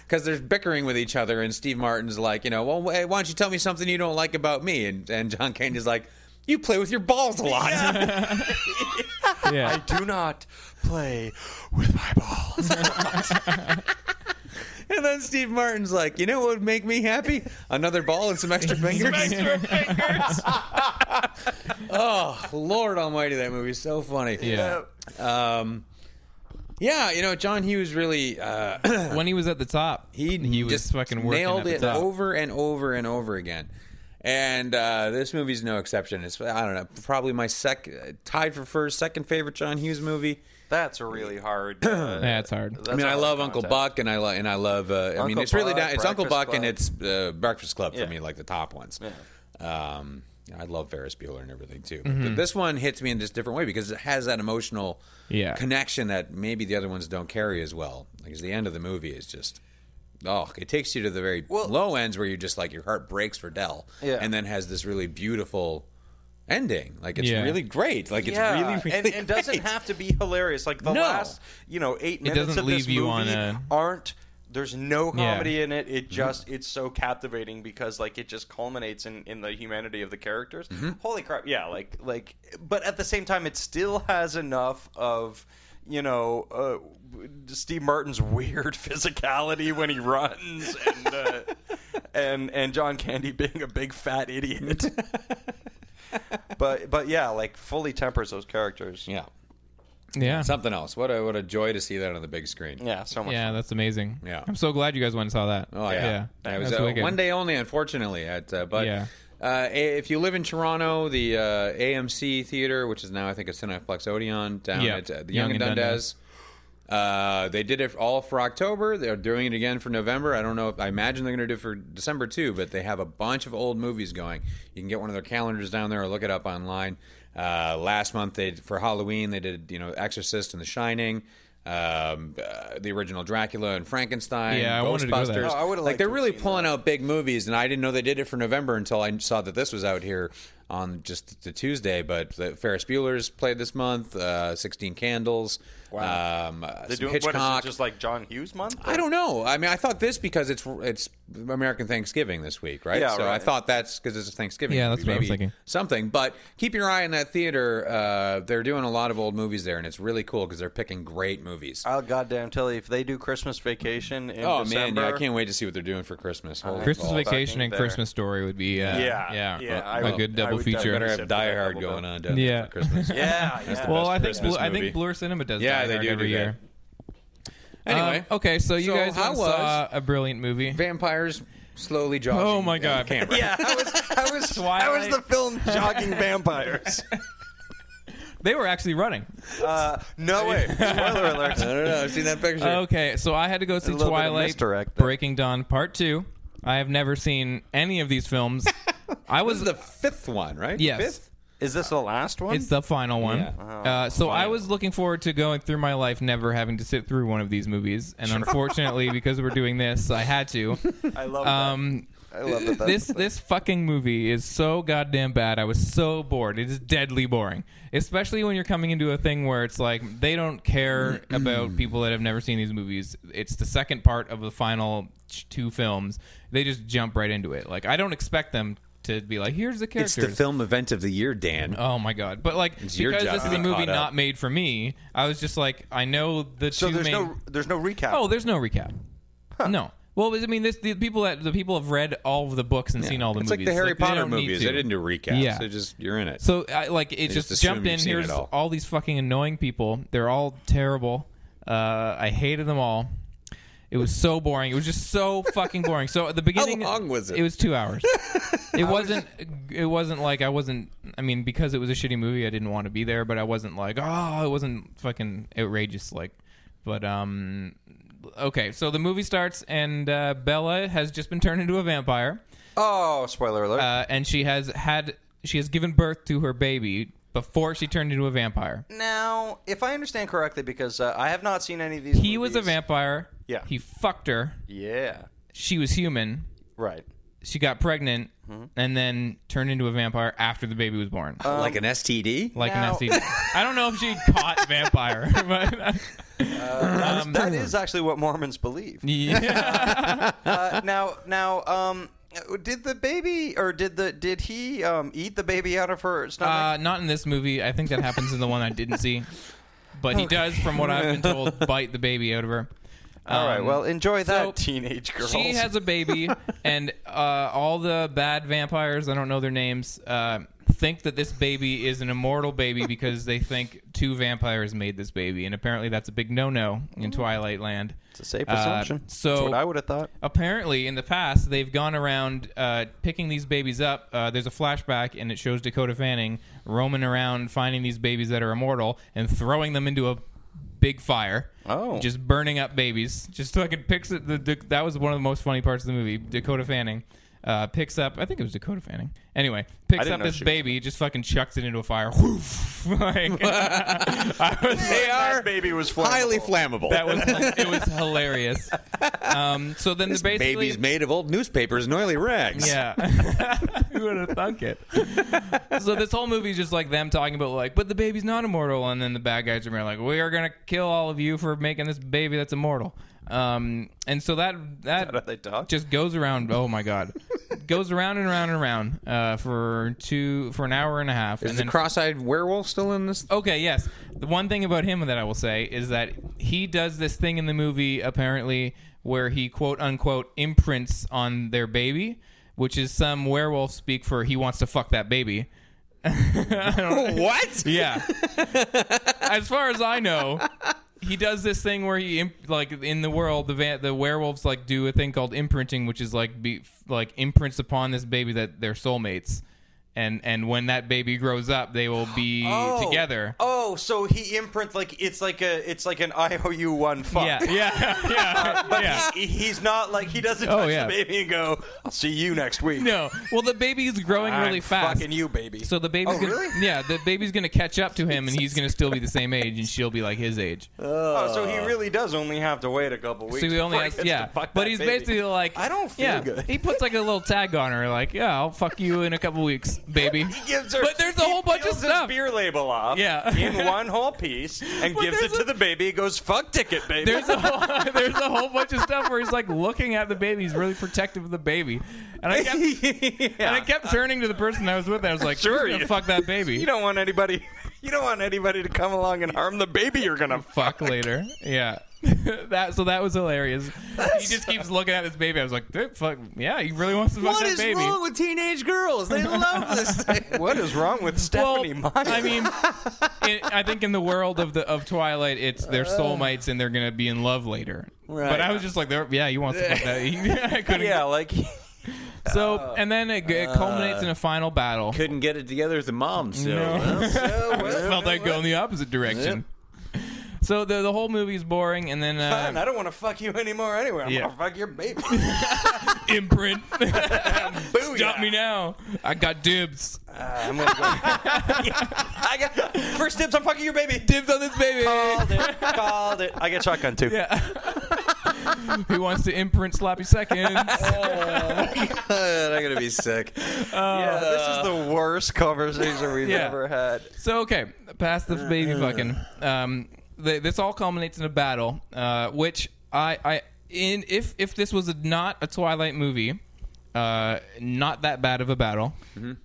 C: Because they're bickering with each other, and Steve Martin's like, you know, well, why why don't you tell me something you don't like about me? And, and John Candy's like, you play with your balls a lot.
A: yeah.
B: Do not play with my balls.
C: And then Steve Martin's like, you know what would make me happy? Another ball and some extra fingers. oh, Lord Almighty, that movie's so funny.
A: Yeah.
C: Um, yeah, you know, John Hughes really uh,
A: when he was at the top,
C: he,
A: was
C: just
A: fucking working
C: nailed
A: at
C: it
A: the top.
C: over and over and over again. And uh, this movie's no exception. It's I don't know, probably my sec tied for first, second favorite John Hughes movie.
B: That's a really hard. uh,
A: Yeah, it's hard.
B: that's
C: I mean, I
B: a hard
C: love Uncle
B: contest.
C: Buck, and I love, and I love. Uh, I mean,
B: Uncle
C: it's really
B: Buck,
C: down, it's Uncle Buck
B: Breakfast
C: and
B: Club.
C: it's uh, Breakfast Club for
B: Yeah.
C: me, like the top ones. Um, I love Ferris Bueller and everything too. But
A: Mm-hmm.
C: th- this one hits me in this different way because it has that emotional
A: Yeah.
C: connection that maybe the other ones don't carry as well. Because the end of the movie is just. Oh, it takes you to the very low ends where you just like your heart breaks for Dell,
B: Yeah.
C: and then has this really beautiful ending. Like it's
A: Yeah.
C: really great. Like it's really, really
B: and, and doesn't
C: great.
B: have to be hilarious. Like the
C: No.
B: last, you know, eight minutes
A: doesn't
B: of this
A: leave you on
B: movie
A: a-
B: aren't. There's no
A: Yeah. Mm-hmm.
B: comedy in it. It just it's so captivating because like it just culminates in, in the humanity of the characters.
A: Mm-hmm.
B: Holy crap! Yeah, like like, but at the same time, it still has enough of you know uh, Steve Martin's weird physicality when he runs and uh, and and John Candy being a big fat idiot. but but yeah, like fully tempers those characters.
C: Yeah,
A: Yeah.
C: something else. What a what a joy to see that on the big screen.
B: Yeah, so much.
A: Yeah, that's amazing.
C: Yeah.
A: I'm so glad you guys went and saw that.
C: Oh yeah, It was
A: That's
C: uh,
A: wicked.
C: one day only, unfortunately. At uh, but
A: Yeah.
C: uh, a- if you live in Toronto, the uh, AMC theater, which is now I think a Cineplex Odeon down
A: Yeah.
C: at uh, the Young, and Dundas. Uh, they did it all for October. They're doing it again for November. I don't know. If, I imagine they're going to do it for December too. But they have a bunch of old movies going. You can get one of their calendars down there or look it up online. Uh, last month they for Halloween they did you know Exorcist and The Shining, um, uh, the original Dracula and Frankenstein.
A: Yeah, I wanted to go there.
C: Ghostbusters.
B: Oh, I would've
C: like
B: liked
C: they're
B: to have
C: really
B: seen
C: pulling out big movies, and I didn't know they did it for November until I saw that this was out here on just the Tuesday. But the Ferris Bueller's played this month, uh, Sixteen Candles, wow. um, uh,
B: They
C: some
B: do what is
C: Hitchcock.
B: it? Just like John Hughes month?
C: I don't know. I mean, I thought this because it's it's American Thanksgiving this week, right?
B: Yeah,
C: so I
B: right.
C: thought that's because it's a Thanksgiving.
A: Yeah,
C: movie,
A: that's what I was
C: maybe
A: thinking.
C: Something, but keep your eye on that theater. Uh, they're doing a lot of old movies there, and it's really cool because they're picking great movies.
B: I'll Oh, goddamn tell you if they do Christmas Vacation in
C: oh man,
B: December.
C: yeah, I can't wait to see what they're doing for Christmas. Holy
A: Christmas
C: balls.
A: Vacation
B: fucking
A: and
B: there.
A: Christmas Story would be uh,
B: Yeah.
A: yeah,
B: Yeah, I
A: a
B: would-
A: good
B: I
A: double
B: would
A: feature.
C: Better have
B: Except
C: Die
B: for that
C: Hard
B: double
C: going
B: bill.
C: on down there
A: Yeah.
C: for Christmas.
B: Yeah, yeah.
A: well, I think
C: Christmas
A: Blue, I
C: movie.
A: think Blur Cinema does.
C: Yeah,
A: Die
C: they
A: Hard
C: do do
A: every
C: that.
A: year.
C: Anyway,
A: Um, okay, so you
C: So
A: guys
C: how
A: went and saw
C: was-
A: a brilliant movie.
C: vampires slowly jogging.
A: Oh, my
C: down
A: God.
C: the camera.
B: yeah, how was how was how was
A: Twilight.
B: the film Jogging Vampires?
A: They were actually running.
B: Uh, no way. Spoiler
C: I
B: alert.
C: don't know. I've seen that picture.
A: Okay, so I had to go see
B: little bit of
A: Twilight
B: misdirect there.
A: Breaking Dawn Part Two. I have never seen any of these films. I
C: This
A: was
C: is the fifth one, right?
A: Yes.
C: Fifth?
B: Is this the last one?
A: It's the final one.
C: Uh-huh.
A: Uh, so I was looking forward to going through my life never having to sit through one of these movies, and unfortunately, because we're doing this, I had to.
B: I love
A: Um,
B: that. I love that.
A: this
B: That's,
A: this fucking movie is so goddamn bad. I was so bored. It is deadly boring, especially when you're coming into a thing where it's like they don't care about people that have never seen these movies. It's the second part of the final ch- two films. They just jump right into it. Like I don't expect them to be like, "Here's the
C: It's
A: characters."
C: the film event of the year, Dan.
A: Oh my god! But like,
C: It's your
A: because
C: job
A: this
C: to
A: is a
C: be
A: movie
C: caught up.
A: not made for me, I was just like, I know the
B: so
A: two
B: there's
A: main.
B: no there's no recap.
A: oh, there's no recap. No. Well, I mean, this, the people that the people have read all of the books and seen all the
C: it's
A: movies.
C: like the Harry
A: they
C: Potter
A: don't need
C: movies.
A: to.
C: They didn't do recaps.
A: Yeah.
C: They just you're in it.
A: So I, like it just,
C: just assume
A: jumped
C: you've
A: in.
C: seen
A: Here's
C: it
A: all.
C: all.
A: these fucking annoying people. They're all terrible. Uh, I hated them all. It was so boring. It was just so fucking boring. So at the beginning,
C: long was it?
A: It was two hours. It wasn't. It wasn't like I wasn't. I mean, because it was a shitty movie, I didn't want to be there. But I wasn't like, oh, it wasn't fucking outrageous. Like, but um, okay. So the movie starts, and uh, Bella has just been turned into a vampire
B: oh, spoiler alert.
A: uh, and she has had she has given birth to her baby before she turned into a vampire.
B: now, if I understand correctly, because uh, I have not seen any of these.
A: He was a
B: movies.
A: vampire.
B: Yeah.
A: He fucked her.
B: Yeah.
A: She was human.
B: Right.
A: She got pregnant and then turned into a vampire after the baby was born.
C: like an STD?
A: like
B: now-
A: an STD. I don't know if she caught vampire, but
B: Um, that is actually what Mormons believe.
A: yeah.
B: Uh, now, now, um, did the baby or did the did he um, eat the baby out of her
A: uh,
B: stomach?
A: not in this movie. I think that happens in the one I didn't see, but he does, from what I've been told, bite the baby out of her.
B: All right. Well, enjoy that,
A: Uh, um, so
B: teenage girl.
A: She has a baby, and uh, all the bad vampires, I don't know their names, uh, think that this baby is an immortal baby because they think two vampires made this baby, and apparently that's a big no-no in Twilight Land. It's
B: a safe assumption.
A: uh, So
B: That's what I would have thought.
A: Apparently, in the past, they've gone around uh, picking these babies up. Uh, there's a flashback, and it shows Dakota Fanning roaming around finding these babies that are immortal and throwing them into a big fire.
B: Oh.
A: just burning up babies. Just fucking picks it. The, the, that was one of the most funny parts of the movie. Dakota Fanning. Uh, picks up, I think it was Dakota Fanning. Anyway, picks
B: didn't
A: up
B: know
A: this
B: she was-
A: baby, just fucking chucks it into a fire. Woof! like, I was,
C: They are
B: That baby was flammable.
C: highly flammable.
A: that was it was hilarious. Um, so then
C: this
A: the basically,
C: baby's made of old newspapers and oily rags.
A: Yeah. Who would have thunk it? so this whole movie is just like them talking about like, but the baby's not immortal, and then the bad guys are like, we are gonna kill all of you for making this baby that's immortal. Um, and so that that
B: how they talk?
A: just goes around. Oh my god, goes around and around and around uh, for two for an hour and a half.
C: Is
A: and
C: the
A: then
C: cross-eyed werewolf still in this?
A: Okay, yes. The one thing about him that I will say is that he does this thing in the movie apparently where he quote unquote imprints on their baby, which is some werewolf speak for he wants to fuck that baby.
C: What?
A: Yeah. as far as I know, he does this thing where he imp- like in the world the va- the werewolves like do a thing called imprinting, which is like be like imprints upon this baby that they're soulmates. And, and when that baby grows up, they will be together.
B: Oh, so he imprints like it's like a it's like an IOU one fuck.
A: Yeah, yeah, yeah, yeah.
B: He- He's not like he doesn't
A: Oh,
B: touch
A: yeah.
B: the baby and go. I'll see you next week.
A: No, well, the baby's growing
B: I'm
A: really fast.
B: Fucking you, baby.
A: So the baby's
B: Oh,
A: gonna,
B: really?
A: yeah, the baby's gonna catch up to him, and he's gonna still be the same age, and she'll be like his age.
B: oh, so he really does only have to wait a couple weeks.
A: so he only
B: before
A: has,
B: gets
A: yeah,
B: to fuck
A: but
B: that
A: he's
B: baby.
A: basically like,
B: I don't feel
A: yeah,
B: good.
A: He puts like a little tag on her, like, yeah, I'll fuck you in a couple weeks, baby.
B: He gives her.
A: but there's a
B: he
A: whole bunch of
B: peels his
A: stuff.
B: beer label off.
A: Yeah.
B: in one whole piece and
A: But
B: gives
A: there's
B: it to
A: a-
B: the baby. He goes, "Fuck ticket, baby."
A: There's a whole, there's a whole bunch of stuff where he's like looking at the baby. He's really protective of the baby, and I kept and I kept turning to the person I was with. And I was like,
B: Sure,
A: "You're gonna
B: you-
A: fuck that baby.
B: you don't want anybody. You don't want anybody to come along and harm the baby. You're gonna.
A: fuck later. Yeah. that so that was hilarious. he just keeps looking at this baby. I was like, "Dude, fuck yeah, he really wants to fuck
C: What
A: that
C: is
A: baby.
C: wrong with teenage girls? They love this thing.
B: What is wrong with
A: well,
B: Stephanie Meyer?
A: I mean, it, I think in the world of the of Twilight, it's they're soulmates and they're gonna be in love later.
C: Right.
A: But I was just like, "There- yeah, he wants to fuck that. I couldn't.
B: yeah, like
A: So and then it, it culminates in a final battle.
C: Couldn't get it together as a mom, so
A: It felt like going the opposite direction. So the the whole movie is boring, and then
B: fine.
A: uh,
B: I don't want to fuck you anymore anyway. I'm
A: yeah.
B: gonna fuck your baby.
A: imprint.
B: Booyah.
A: Stop me now! I got dibs.
B: I'm gonna go. I got first dibs. I'm fucking your baby.
A: dibs on this baby.
B: Called it. Called it. I get shotgun too.
A: Who wants to imprint sloppy seconds?
C: God, I'm gonna be sick.
B: Yeah, Uh, this is the worst conversation we've
A: Yeah.
B: ever had.
A: so okay, past the baby fucking. Um, th this all culminates in a battle, uh, which I, I in if if this was a, not a Twilight movie. Uh, not that bad of a battle.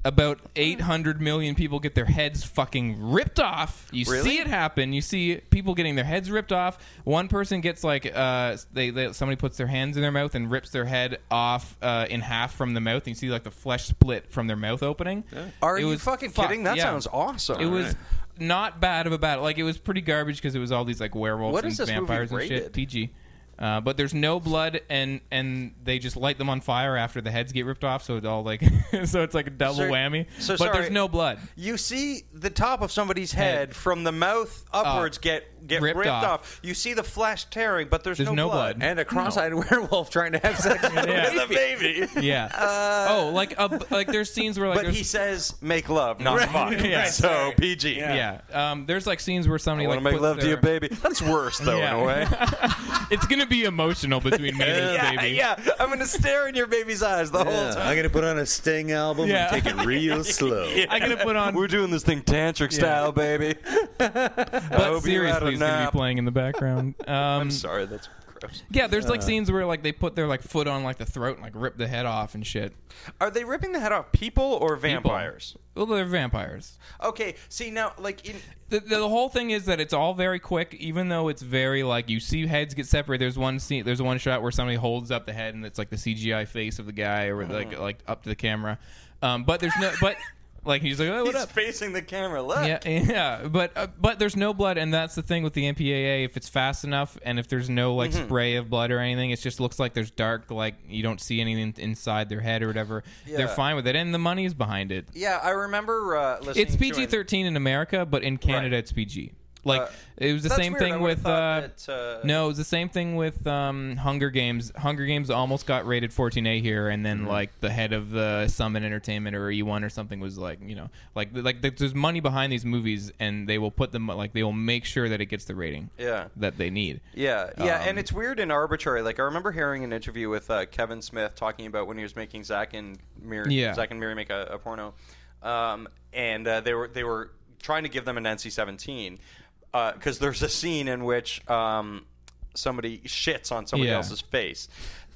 A: About 800 million people get their heads fucking ripped off. You see it happen. You see people getting their heads ripped off. One person gets like uh, they, they somebody puts their hands in their mouth and rips their head off uh, in half from the mouth. And you see like the flesh split from their mouth opening.
B: Are
A: It
B: you
A: was
B: fucking
A: fucked,
B: kidding? That
A: yeah.
B: sounds awesome.
A: It was not bad of a battle. Like it was pretty garbage because it was all these like werewolves
B: What
A: and
B: is this movie
A: vampires and shit.
B: rated?
A: PG. Uh, but there's no blood, and and they just light them on fire after the heads get ripped off. So it's all like, so it's like a double
B: So-
A: whammy.
B: so
A: but there's
B: sorry.
A: no blood.
B: You see the top of somebody's head from the mouth upwards get get
A: Ripped
B: ripped,
A: off.
B: off. You see the flesh tearing, but there's,
A: There's no blood.
C: and a cross-eyed werewolf trying to have sex with
A: Yeah.
C: a baby.
A: yeah. oh, like a, like there's scenes where like
B: Uh, But
A: there's,
B: he says, "Make love, not fuck."
A: Yeah.
B: so PG.
A: yeah. Um, there's like scenes where somebody
B: I want
A: like
B: to make
A: puts
B: love to
A: their-
B: you, baby. That's worse though,
A: Yeah.
B: in a way.
A: It's gonna be emotional between me and this
B: yeah,
A: baby.
B: yeah. I'm gonna stare in your baby's eyes the whole time.
C: I'm gonna put on a Sting album
A: Yeah.
C: and take it real slow.
A: I'm gonna put on.
B: We're doing this thing tantric style, baby. I
A: But
B: hope you had a
A: seriously, is gonna
B: nap.
A: be playing in the background. Um,
B: Sorry, that's gross.
A: yeah, there's like scenes where like they put their like foot on like the throat and like rip the head off and shit.
B: Are they ripping the head off people or vampires?
A: Well, they're vampires.
B: Okay, see now, like in
A: The, the, the whole thing is that it's all very quick, even though it's very like you see heads get separated. There's one scene, there's one shot where somebody holds up the head and it's like the CGI face of the guy or like like up to the camera. Um, but there's no, but like he's like, oh, what
B: he's
A: up?
B: facing the camera. Look,
A: Yeah, yeah, but uh, but there's no blood, and that's the thing with the MPAA. If it's fast enough, and if there's no like
B: Mm-hmm.
A: spray of blood or anything, it just looks like there's dark, like you don't see anything inside their head or whatever. They're fine with it, and the money's behind it.
B: yeah. I remember uh, listening.
A: It's
B: to
A: PG
B: an-
A: thirteen in America, but in Canada it's PG. Like it was the
B: Uh, that's
A: same
B: weird. I
A: thing
B: would've
A: with
B: thought
A: uh,
B: that, uh,
A: no, it was the same thing with um, Hunger Games. Hunger Games almost got rated 14A here, and
B: Mm-hmm.
A: then like the head of the Summit Entertainment or E1 or something was like, you know, like like there's money behind these movies, and they will put them like they will make sure that it gets the rating
B: Yeah.
A: that they need.
B: Yeah, yeah,
A: Um,
B: and it's weird and arbitrary. Like I remember hearing an interview with uh, Kevin Smith talking about when he was making Zack and Miri,
A: Yeah.
B: Zack and Miri make a, a porno, um, and uh, they were they were trying to give them an NC-17 because uh, there's a scene in which um, somebody shits on somebody
A: Yeah.
B: else's face.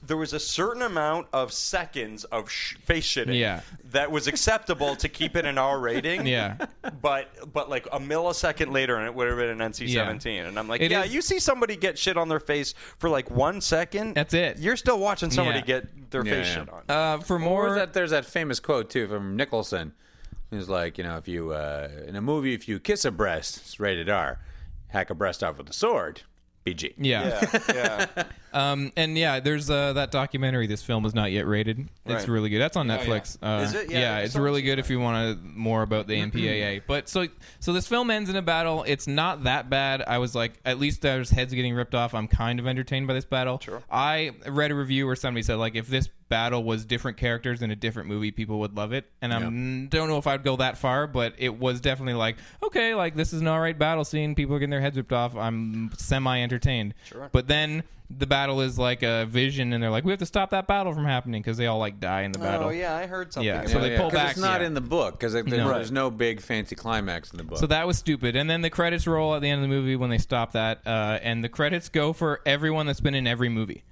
B: There was a certain amount of seconds of sh- face shitting
A: Yeah.
B: that was acceptable to keep it an R rating.
A: Yeah.
B: But but like a millisecond later, and it would have been an NC-17. And I'm like,
A: It
B: yeah,
A: is-
B: you see somebody get shit on their face for like one second.
A: That's it.
B: You're still watching somebody
A: Yeah.
B: get their
C: Yeah,
B: face
C: yeah.
B: shit on.
A: Uh, for more,
C: Or that there's that famous quote too from Nicholson. He's like, you know, if you uh, in a movie, if you kiss a breast, it's rated R. Hack a breast off with a sword, BG.
A: yeah.
B: yeah.
A: Um, and yeah, there's uh, that documentary. This film is not yet rated. It's
B: Right.
A: really good. That's on Netflix. Uh,
B: Is it? Yeah, I
A: it's
B: saw
A: really good if you want to more about the MPAA. But so, so this film ends in a battle. It's not that bad. I was like, at least there's heads getting ripped off. I'm kind of entertained by this battle. Sure. I read a review where somebody said like, if this battle was different characters in a different movie, people would love it. And I am don't know if I'd go that far, but it was definitely like, okay, like this is an all right battle scene. People are getting their heads ripped off. I'm semi entertained. Sure. But then the battle is like a vision, and they're like, we have to stop that battle from happening because they all like die in the battle.
B: Oh yeah, I heard something.
A: Yeah,
B: about
A: so they
B: that.
A: pull
C: 'cause
A: back.
C: It's not
A: yeah.
C: in the book because there,
A: No.
C: there's no big fancy climax in the book.
A: So that was stupid. And then the credits roll at the end of the movie when they stop that, uh, and the credits go for everyone that's been in every movie.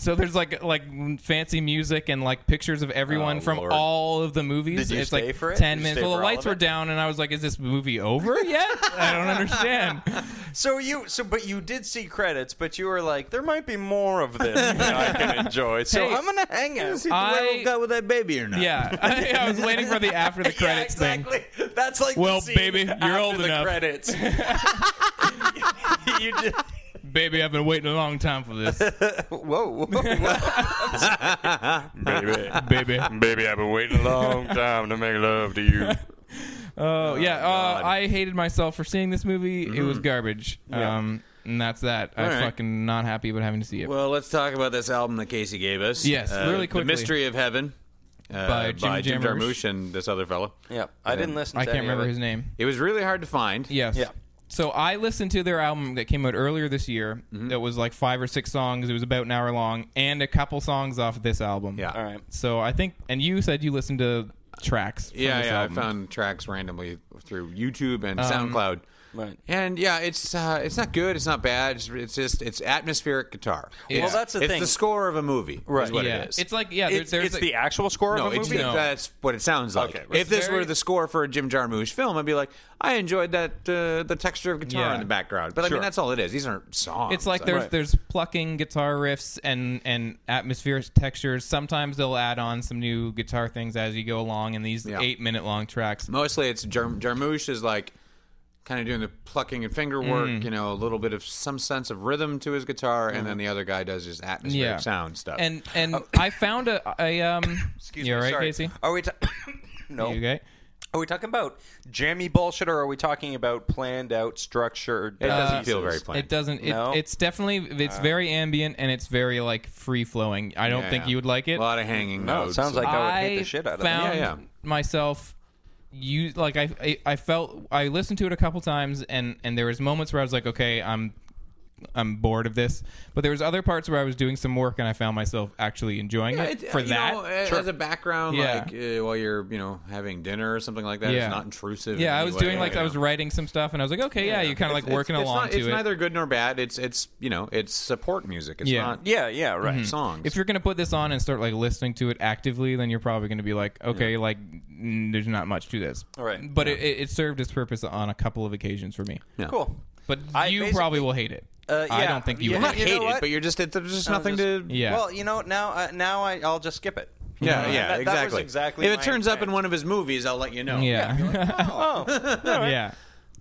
A: So there's like like fancy music and like pictures of everyone
C: Oh,
A: from
C: Lord.
A: all of the movies.
B: Did you
A: it's
B: stay
A: like
B: for it?
A: ten
B: Did you
A: minutes.
B: stay
A: Well, the
B: for all
A: lights
B: of
A: were
B: it?
A: down, and I was like, "Is this movie over yet? I don't understand."
B: So you so but you did see credits, but you were like, there might be more of this that I can enjoy. So
A: Hey,
B: I'm gonna hang out.
C: the
A: I-
C: werewolf got with that baby or not?
A: yeah, I, I was waiting for the after the
B: Yeah,
A: credits thing.
B: exactly. That's like the
A: Well,
B: scene
A: baby, you're
B: after
A: old
B: the
A: enough.
B: Credits. you just,
A: Baby, I've been waiting a long time for this.
B: whoa, whoa, whoa. baby,
A: Baby.
B: baby, I've been waiting a long time to make love to you.
A: Oh yeah, uh, I hated myself for seeing this movie. It was garbage. Um, and that's that. I'm
C: Mm-hmm. right.
A: fucking not happy about having to see it.
C: Well, let's talk about this album that Casey gave us. Uh,
A: Yes, really
C: The
A: quickly.
C: Mystery of Heaven uh,
A: By Jim
C: by Jim
A: Jarmusch.
C: Jarmusch and this other fellow.
B: Yeah, I didn't listen. To
A: I can't
B: any of
A: remember
B: it.
A: his name.
C: It was really hard to find.
A: Yes.
B: Yeah.
A: So I listened to their album that came out earlier this year.
C: Mm-hmm.
A: That was like five or six songs. It was about an hour long, and a couple songs off this album.
C: Yeah. All
B: right.
A: So I think, and you said you listened to tracks. From
C: Yeah,
A: this
C: yeah.
A: album. Um,
C: I found tracks randomly through YouTube and SoundCloud.
B: right.
C: And yeah, it's uh, it's not good. It's not bad. It's, it's just it's atmospheric guitar.
A: Well,
C: It's-
B: that's the
C: it's
B: thing.
C: the score of a movie. Is
B: Right.
C: what
A: Yeah.
C: it is.
A: It's like yeah. There,
B: it's
A: there's
B: it's
A: a-
B: the actual score
C: no,
B: of a
C: it's
B: movie.
C: the- that's what it sounds like.
B: Okay, right.
C: If this
A: Very-
C: were the score for a Jim Jarmusch film, I'd be like, I enjoyed that uh, the texture of guitar
A: Yeah.
C: in the background. But I mean, that's all it is. These aren't songs.
A: It's like there's there's plucking guitar riffs and and atmospheric textures. Sometimes they'll add on some new guitar things as you go along in these
C: Yeah.
A: eight minute long tracks.
C: mostly it's Jar- Jarmusch is like kind of doing the plucking and finger work,
A: Mm.
C: you know, a little bit of some sense of rhythm to his guitar, and then the other guy does his atmospheric sound stuff.
A: And and I found a, a um.
B: uh, Excuse
A: you
B: me,
A: all right,
B: sorry. Uh,
A: Casey?
B: Are we? Ta- no.
A: You okay?
B: Are we talking about jammy bullshit, or are we talking about planned out, structured? uh,
F: It doesn't
B: pieces?
F: feel very planned.
A: Uh, It doesn't. It,
B: oh, No? Uh.
A: It's definitely. It's very ambient and it's very like free flowing. I don't think you would like
F: A
A: it.
F: lot of hanging
B: No, it
F: notes.
B: sounds like I would hate the shit out of it.
A: found
F: Yeah, yeah.
A: myself you like I, I I felt I listened to it a couple times and and there was moments where I was like okay I'm I'm bored of this but there was other parts where I was doing some work and I found myself actually enjoying
C: Yeah,
A: it
C: it- uh,
A: for
C: you
A: that
C: know, a- as a background,
A: Yeah.
C: like uh, while you're you know having dinner or something like that,
A: Yeah.
C: it's not intrusive.
A: yeah
C: in
A: I
C: any
A: was
C: way,
A: doing like
C: you
A: I was
C: know.
A: writing some stuff and I was like okay yeah, you're kind of like
C: It's-
A: working
C: it's
A: along
C: not,
A: to
C: it's
A: it
C: neither good nor bad. It's it's you know it's support music. It's
A: Yeah. Hmm.
C: not
B: Yeah, yeah, right.
C: songs.
A: if you're gonna put this on and start like listening to it actively, then you're probably gonna be like, okay, like mm, there's not much to this.
B: Right.
A: But it, it, it served its purpose on a couple of occasions for me.
B: Cool.
A: But
B: I
A: you
B: basically-
A: probably will hate it.
B: Uh,
A: I
B: yeah.
A: don't think you
B: Yeah.
A: will.
C: not
A: Hate it.
B: you
C: hate
B: know
C: it,
B: what?
C: but you're just it, there's just nothing to.
A: Yeah.
B: Well, you know, now uh, now I, I'll just skip it.
C: Yeah,
B: Uh,
C: yeah,
B: that- that was
C: exactly.
B: exactly
C: If it
B: my
C: turns up in
B: intent.
C: one of his movies, I'll let you know.
A: Yeah.
B: Oh,
A: yeah.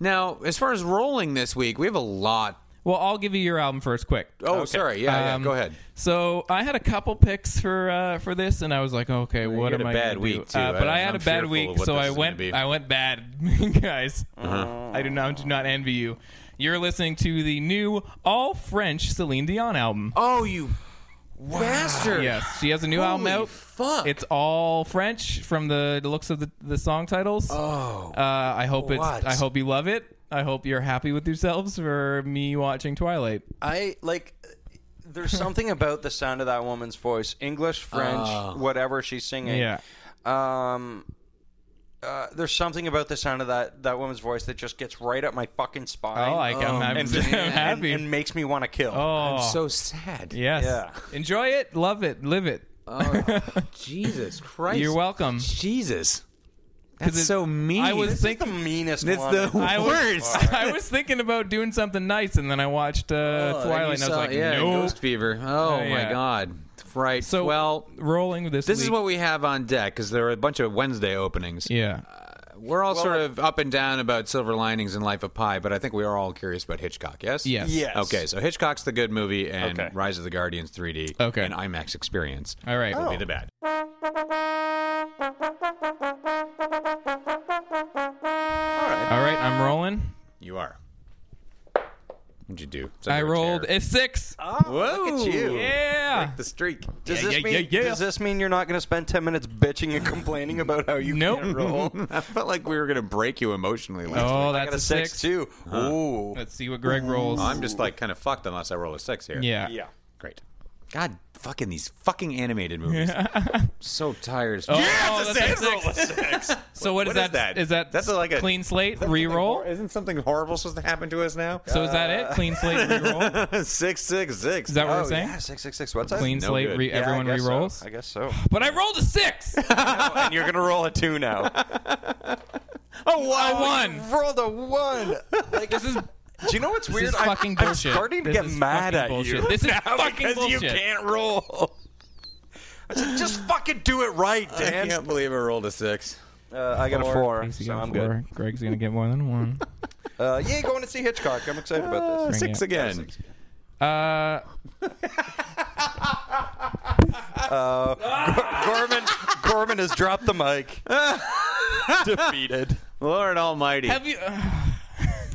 C: Now, as far as rolling this week, we have a lot.
A: Well, I'll give you your album first, quick.
C: Oh, sorry. Yeah,
A: Um,
C: yeah. Go ahead.
A: So I had a couple picks for uh, for this, and I was like, okay, what
C: had
A: am
C: a
A: I
C: bad
A: gonna do?
C: week, too.
A: Uh, but I,
C: I-
A: had
C: I'm
A: a bad
C: fearful
A: week,
C: of what
A: so
C: this
A: I
C: is gonna
A: went
C: be. Uh-huh.
A: I went bad, guys. I do not do not envy you. You're listening to the new all French Celine Dion album.
C: Oh, you bastard!
A: Yes, she has a new album
C: Holy
A: out.
C: fuck.
A: It's all French from the, the looks of the, the song titles. Oh, uh, I hope it's.
B: what?
A: I hope you love it. I hope you're happy with yourselves for me watching Twilight.
B: I like. There's something about the sound of that woman's voice, English, French, whatever she's singing.
A: Yeah.
B: Um, uh, there's something about the sound of that that woman's voce that just gets right up my fucking spine. Um,
A: Oh, I- I'm- Oh, I'm-
B: and,
A: I'm
B: and-
A: happy.
B: and makes me want to kill.
A: Oh,
C: so sad.
A: yes.
B: Yeah.
A: Enjoy it. Love it. Live it.
C: Jesus Christ!
A: You're welcome.
C: Jesus, that's
A: it-
C: so mean.
A: I was
B: This is the
A: thinking.
B: meanest
C: It's
B: one.
C: the
A: I was,
C: worst.
A: I was thinking about doing something nice, and then I watched uh,
C: Oh,
A: Twilight, and,
C: you
A: I was
C: saw-
A: like,
C: yeah,
A: no.
C: Ghost Fever. Oh
A: yeah.
C: my God! Right.
A: So
C: well,
A: rolling this.
C: this is
A: week-
C: what we have on deck because there are a bunch of Wednesday openings.
A: Yeah.
C: We're all sort of up and down about Silver Linings and Life of Pi, but I think we are all curious about Hitchcock. Yes.
A: Yes.
B: Yes.
C: Okay, so Hitchcock's the good movie, and
B: Okay.
C: Rise of the Guardians 3D,
A: Okay.
C: and IMAX experience
A: All right.
C: will be the bad.
A: All right. I'm rolling.
C: You are. What'd you do? Sit
A: I
C: in a
A: rolled
C: chair.
A: a six.
C: Whoa!
B: Look at you.
A: yeah.
C: The streak.
B: Does
A: Yeah,
B: this
A: yeah,
B: mean
A: yeah, yeah.
B: does this mean you're not going to spend ten minutes bitching and complaining about how you
A: Nope.
B: can't roll?
C: I felt like we were gonna break you emotionally. Last
A: Oh,
B: I got
A: that's
B: a
A: a
B: six,
A: six.
B: too. Ooh,
A: Let's see what Greg rolls.
C: week. I'm just like kind of fucked unless I roll a six here.
A: yeah.
B: yeah.
C: Great. God, fucking these fucking animated movies. so tired.
A: Oh, oh, that's a six. So what is
C: What is
A: that?
C: that?
A: Is that
C: That's like a-
A: clean slate re-roll?
C: Isn't something horrible supposed to happen to us now?
A: so is that it? Clean slate re-roll?
C: six, six, six.
A: Is that what
B: Uh, Oh
A: we're saying?
B: yeah, six six six. What's that?
A: Clean
C: No
A: slate.
C: good.
A: Re-
B: Yeah,
C: Yeah,
B: I
A: everyone
B: guess so.
A: re-rolls.
B: I guess so. Oh,
A: But I rolled a six.
B: and you're gonna roll a two now.
A: oh, I won.
B: Rolled a one. Like,
A: This is
B: do you know what's
A: this
B: weird?
A: is
B: I-
A: fucking
B: I'm
A: bullshit.
B: starting to
A: This
B: get
A: is
B: mad
A: fucking
B: at you.
A: bullshit. This is
B: now
A: fucking
B: because you
A: bullshit.
B: can't roll. I said, just fucking do it right,
C: I
B: Dan.
C: can't believe I rolled a six.
B: Uh, I got a four,
A: Casey
B: so
A: got
B: I'm
A: four. Greg's gonna get more than one.
B: good. Uh, yeah, going to see Hitchcock. I'm excited about this.
C: Six again.
A: Uh,
B: Gorman, Gorman has dropped the mic. Defeated.
C: Lord Almighty.
A: have you? uh,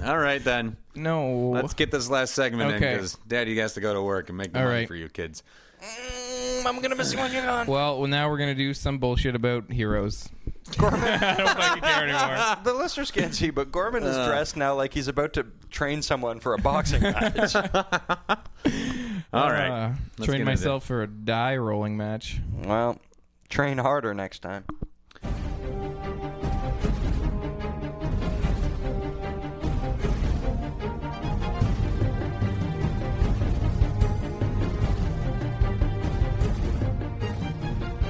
C: All right then.
A: no.
C: Let's get this last segment
A: Okay.
C: in because Daddy has to go to work and make the
A: All
C: money
A: right.
C: for you kids.
B: Mm, I'm gonna miss you when you're gone.
A: well, well, now we're gonna do some bullshit about heroes. I don't fucking care anymore.
B: The listeners can't see, but Gorman is dressed now like he's about to train someone for a boxing match.
C: All right.
A: Uh,
C: Let's get
A: trained
C: into
A: myself for a die rolling match.
B: well, train harder next time.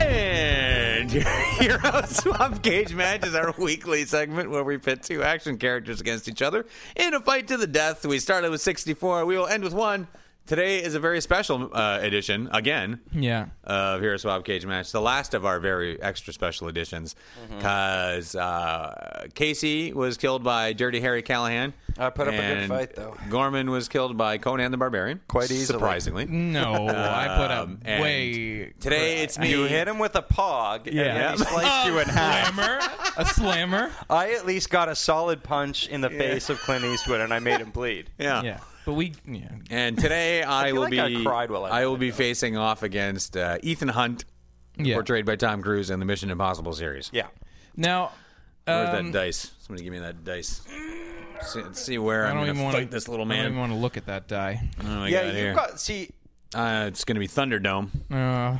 C: And your Hero Swap Cage Match is our weekly segment where we pit two action characters against each other in a fight to the death. We started with 64. We will end with one. Today is a very special uh, edition, again,
A: Yeah.
C: of Hero Swap Cage Match. The last of our very extra special
B: Mm-hmm.
C: editions because uh, Casey was killed by Dirty Harry Callahan.
B: I put up a good
C: And
B: fight, though.
C: Gorman was killed by Conan the Barbarian.
B: Quite easily. Mm-hmm.
C: Surprisingly.
A: No, I put up
C: Um, and
A: way.
C: Today it's me.
B: You hit him with a pog, and
A: Yeah.
B: then he sliced you in half.
A: Slammer, a slammer.
B: I at least got a solid punch in the face of Clint Eastwood, and I made him bleed.
C: Yeah.
A: Yeah, but we. Yeah.
C: Uh. And today I,
B: feel
C: will
B: like
C: be
B: I cried while I
C: I will
B: read
C: be facing off against uh, Ethan Hunt,
A: Yeah.
C: portrayed by Tom Cruise in the Mission Impossible series.
B: Yeah.
A: Now,
C: Where's
A: um,
C: that dice? Somebody give me that dice. See, see where
A: I
C: I'm
A: don't
C: going
A: even
C: to
A: want
C: fight this little
A: I don't
C: man.
A: even want to look at that die.
C: Oh, I
B: yeah,
C: got
B: you've
C: here.
B: got. See,
C: Uh, it's going to be Thunderdome.
A: Uh,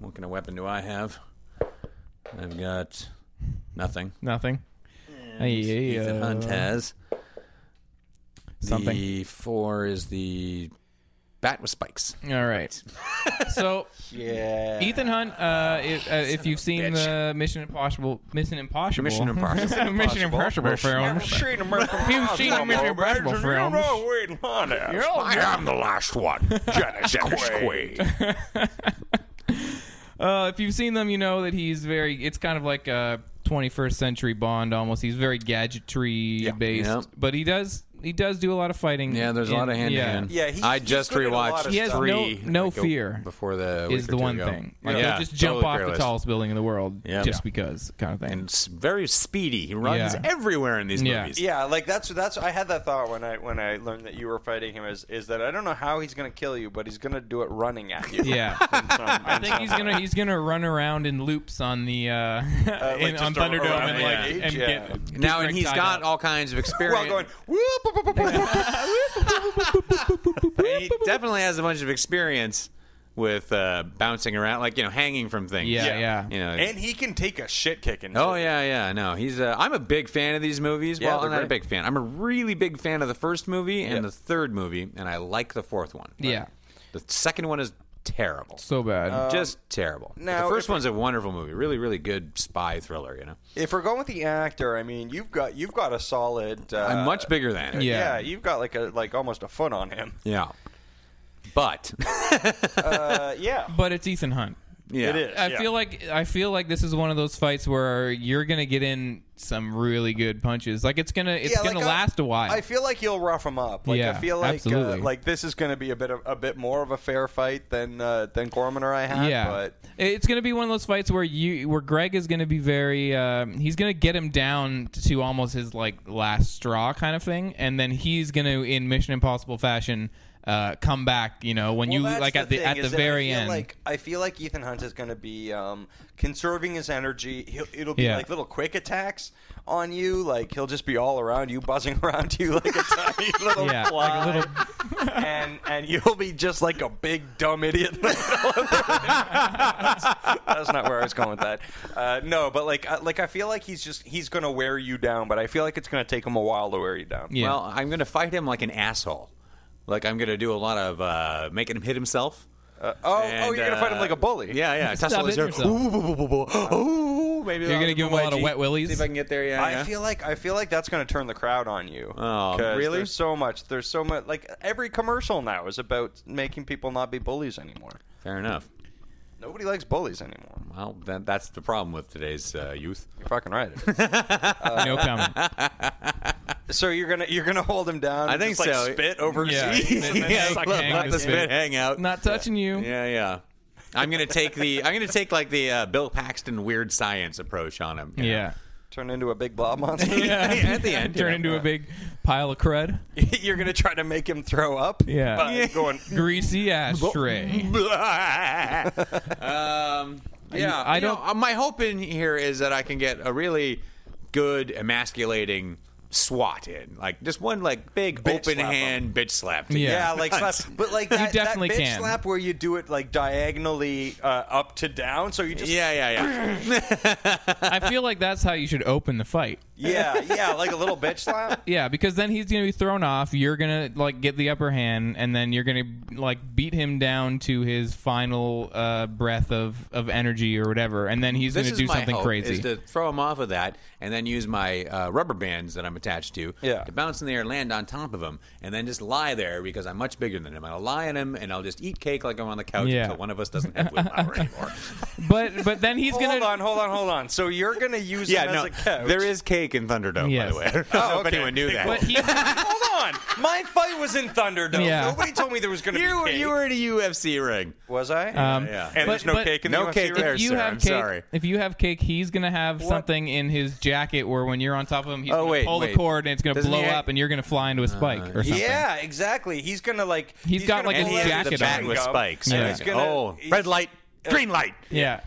C: What kind of weapon do I have? I've got nothing.
A: nothing. Ay, ay,
C: Ethan
A: uh,
C: Hunt has
A: something.
C: The four is the bat with spikes.
A: All right. So
B: yeah.
A: Ethan Hunt, uh, if, uh, if you've seen the Mission Impossible, Mission Impossible,
C: Mission Impossible.
A: Mission Impossible film,
B: seen American
A: You've seen
B: Pie,
A: American
B: Bob Edgerton,
A: Pie
B: you
A: films.
B: know Wayne Hunter.
C: I am Oh, the last one, Dennis Quaid.
A: uh, if you've seen them, you know that he's very. It's kind of like a 21st century Bond almost. He's very gadgetry based,
C: Yeah.
A: but he does he does do a lot of fighting.
C: Yeah, there's a
A: in-
C: lot of hand to
A: yeah.
C: hand.
B: Yeah, he's-
C: I
B: he's
C: just
B: good at a lot
C: rewatched
B: of He has
A: stuff. no-
C: three.
A: no
C: like, a-
A: fear
C: before the
A: Is the one thing. Like, he'll just jump
C: totally
A: off
C: fearless.
A: the tallest building in the world
C: Yeah.
A: just
C: Yeah.
A: because, kind of thing.
C: And s- very speedy. He runs
A: Yeah.
C: everywhere in these
A: Yeah.
C: movies.
B: Yeah, like that's that's I had that thought when I when I learned that you were fighting him is is that I don't know how he's gonna kill you, but he's gonna do it running at you.
A: yeah. I think he's gonna he's gonna run around in loops on the uh, in,
B: just
A: on
B: around
A: Thunderdome
B: the
A: and like
B: cage,
A: and
B: yeah.
A: get,
C: Now,
A: get
C: and he's
A: tied
C: got
A: up.
C: all kinds of experience.
B: Well, going whoop, whoop, whoop, whoop, whoop.
C: And he definitely has a bunch of experience with uh, bouncing around, like you know, hanging from things.
A: Yeah, Yeah. yeah.
C: You know,
B: and he can take a shit kicking.
C: oh yeah, yeah. No, he's. Uh, I'm a big fan of these movies.
B: Yeah,
C: well,
B: they're
C: I'm not a
B: great.
C: big fan. I'm a really big fan of the first movie and the third movie, and I like the fourth one. but
A: Yeah.
C: the second one is terrible.
A: so bad.
C: just terrible. But
B: Um, now,
C: the first
B: if it-
C: one's a wonderful movie, really, really good spy thriller. You know,
B: If we're going with the actor, I mean, you've got you've got a solid. Uh,
C: I'm much bigger than it.
A: yeah.
B: Yeah, you've got like a like almost a foot on him.
C: yeah. But
B: Uh, yeah,
A: but it's Ethan Hunt.
C: yeah,
B: it is.
A: I
B: yeah.
A: feel like I feel like this is one of those fights where you're gonna get in some really good punches. Like it's gonna it's
B: Yeah,
A: gonna
B: like, I-
A: last a while.
B: I feel like he'll rough him up. Like
A: Yeah,
B: I feel like uh,
A: absolutely.
B: like this is going to be a bit of, a bit more of a fair fight than uh, than Gorman or I had.
A: yeah,
B: but
A: it's going to be one of those fights where you, where Greg is going to be very, um, he's going to get him down to almost his like last straw kind of thing, and then he's going to, in Mission Impossible fashion, uh, come back. You know, when you
B: Well, that's
A: like at the
B: thing,
A: at the
B: is that
A: very
B: I feel
A: end.
B: Like I feel like Ethan Hunt is going to be um, conserving his energy. He'll, it'll be
A: Yeah.
B: like little quick attacks on you. Like he'll just be all around you, buzzing around you like a tiny little
A: Yeah,
B: fly.
A: like a little-
B: and and you'll be just like a big dumb idiot. In the middle of the room. that's, that's not where I was going with that. Uh, no, but like I, like I feel like he's just he's going to wear you down. But I feel like it's going to take him a while to wear you down.
A: Yeah.
C: Well, I'm going to fight him like an asshole. Like I'm going to do a lot of uh, making him hit himself.
B: Oh, oh,
C: And,
B: you're going to fight him
C: uh,
B: like a bully. Oh,
C: Yeah, yeah. Tussle his
A: hitting
C: hair.
A: yourself.
C: Ooh, boo, boo, boo, boo. Ooh, maybe
A: You're
C: I'll
A: gonna
C: give
A: give
C: him
A: him a lot of
C: wedgie.
A: wet willies?
C: See if I can get there. Yeah,
B: I
C: yeah.
B: feel like I feel like that's going to turn the crowd on you.
C: Oh,
B: 'Cause
C: really?
B: There's so much. There's so much. Like every commercial now is about making people not be bullies anymore.
C: fair enough.
B: Nobody likes bullies anymore.
C: Well, that, that's the problem with today's uh, youth.
B: You're fucking right.
A: no comment.
B: so you're gonna you're gonna hold him down.
C: I
B: and
C: think
B: just, like,
C: so.
B: Spit over his
A: Yeah.
B: cheeks and then
A: Yeah,
B: suck
A: look, hang
B: him in
A: on
C: Let
A: to
C: the
A: his
C: spit
A: feet.
C: hang out.
A: Not touching you.
C: Yeah, yeah. I'm gonna take the I'm gonna take like the uh, Bill Paxton weird science approach on him. you know?
A: Yeah.
B: Turn into a big blob monster.
C: At the end, you
A: turn
C: know.
A: into a big pile of crud.
B: you're gonna try to make him throw up.
A: Yeah.
B: By going.
A: Greasy
C: Mm-hmm.
A: ashtray.
C: um, yeah,
A: I
C: I don't.
A: don't-
C: my hope in here is that I can get a really good emasculating swat in, like just one like big
B: Bitch
C: open
B: slap 'em.
C: hand bitch slap. to
A: Yeah.
C: get
B: Yeah, "Ah, like slap,
C: guns.
B: but like that,
A: definitely
B: that bitch
A: can.
B: slap where you do it like diagonally uh, up to down, so you just
C: Yeah, yeah, yeah.
A: I feel like that's how you should open the fight.
B: yeah, yeah, like a little bitch slap.
A: Yeah, because then he's gonna be thrown off. You're gonna like get the upper hand, and then you're gonna like beat him down to his final uh, breath of, of energy or whatever, and then he's
C: This
A: gonna
C: is
A: do
C: my
A: something
C: hope,
A: crazy.
C: Is to throw him off of that and then use my uh, rubber bands that I'm attached to,
B: Yeah.
C: to bounce in the air, land on top of him, and then just lie there because I'm much bigger than him. I'll lie on him and I'll just eat cake like I'm on the couch
A: Yeah.
C: until one of us doesn't have willpower anymore.
A: But but then he's
B: Hold
A: gonna
B: on, hold on, hold on. So you're gonna use him as a couch?
C: there is cake in Thunderdome,
A: Yes.
C: by the way. I don't know
B: Oh,
C: if
B: okay.
C: anyone knew that.
A: But he,
B: Hold on. My fight was in Thunderdome.
A: Yeah.
B: Nobody told me there was gonna
C: you,
B: be cake.
C: you were in a UFC ring.
B: Was I?
A: um,
C: Yeah.
B: and
A: but-
B: there's no
A: but-
B: cake in
C: No
B: the UFC
C: cake
B: ring?
C: there.
A: if you
C: sir,
A: have
C: I'm
A: cake,
C: sorry.
A: if you have cake, he's gonna have something in his jacket where when you're on top of him, he's
C: Oh,
A: gonna
C: wait,
A: pull the
C: wait.
A: cord and it's gonna
C: Doesn't
A: blow
C: he Uh, act-
A: up, and you're gonna fly into a spike or something.
B: Yeah, exactly. He's gonna like.
A: He's got,
B: gonna
A: like, a
B: pull
C: he
B: out
C: has
A: jacket
B: his
C: the bat
A: on.
C: with
B: Jenga,
C: spikes.
B: and
A: Yeah.
B: he's gonna-
C: oh,
B: he's- uh,
C: red light, green light.
A: yeah,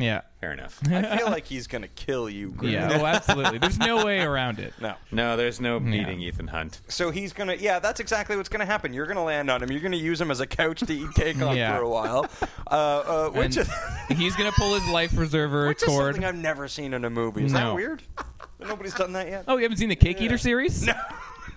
A: yeah,
C: Fair enough.
B: I feel like he's gonna kill you. Grim.
A: yeah. Oh, absolutely. There's no way around it.
B: No.
C: No, there's no beating Ethan Hunt.
B: So he's gonna. Yeah, that's exactly what's gonna happen. You're gonna land on him. You're gonna use him as a couch to eat cake on
A: Yeah.
B: for a while. Uh, uh, which
A: And
B: is.
A: he's gonna pull his life preserver
B: Which is
A: cord.
B: something I've never seen in a movie. Is
A: No.
B: that weird? Nobody's done that yet.
A: Oh, you haven't seen the Cake Eater series? No.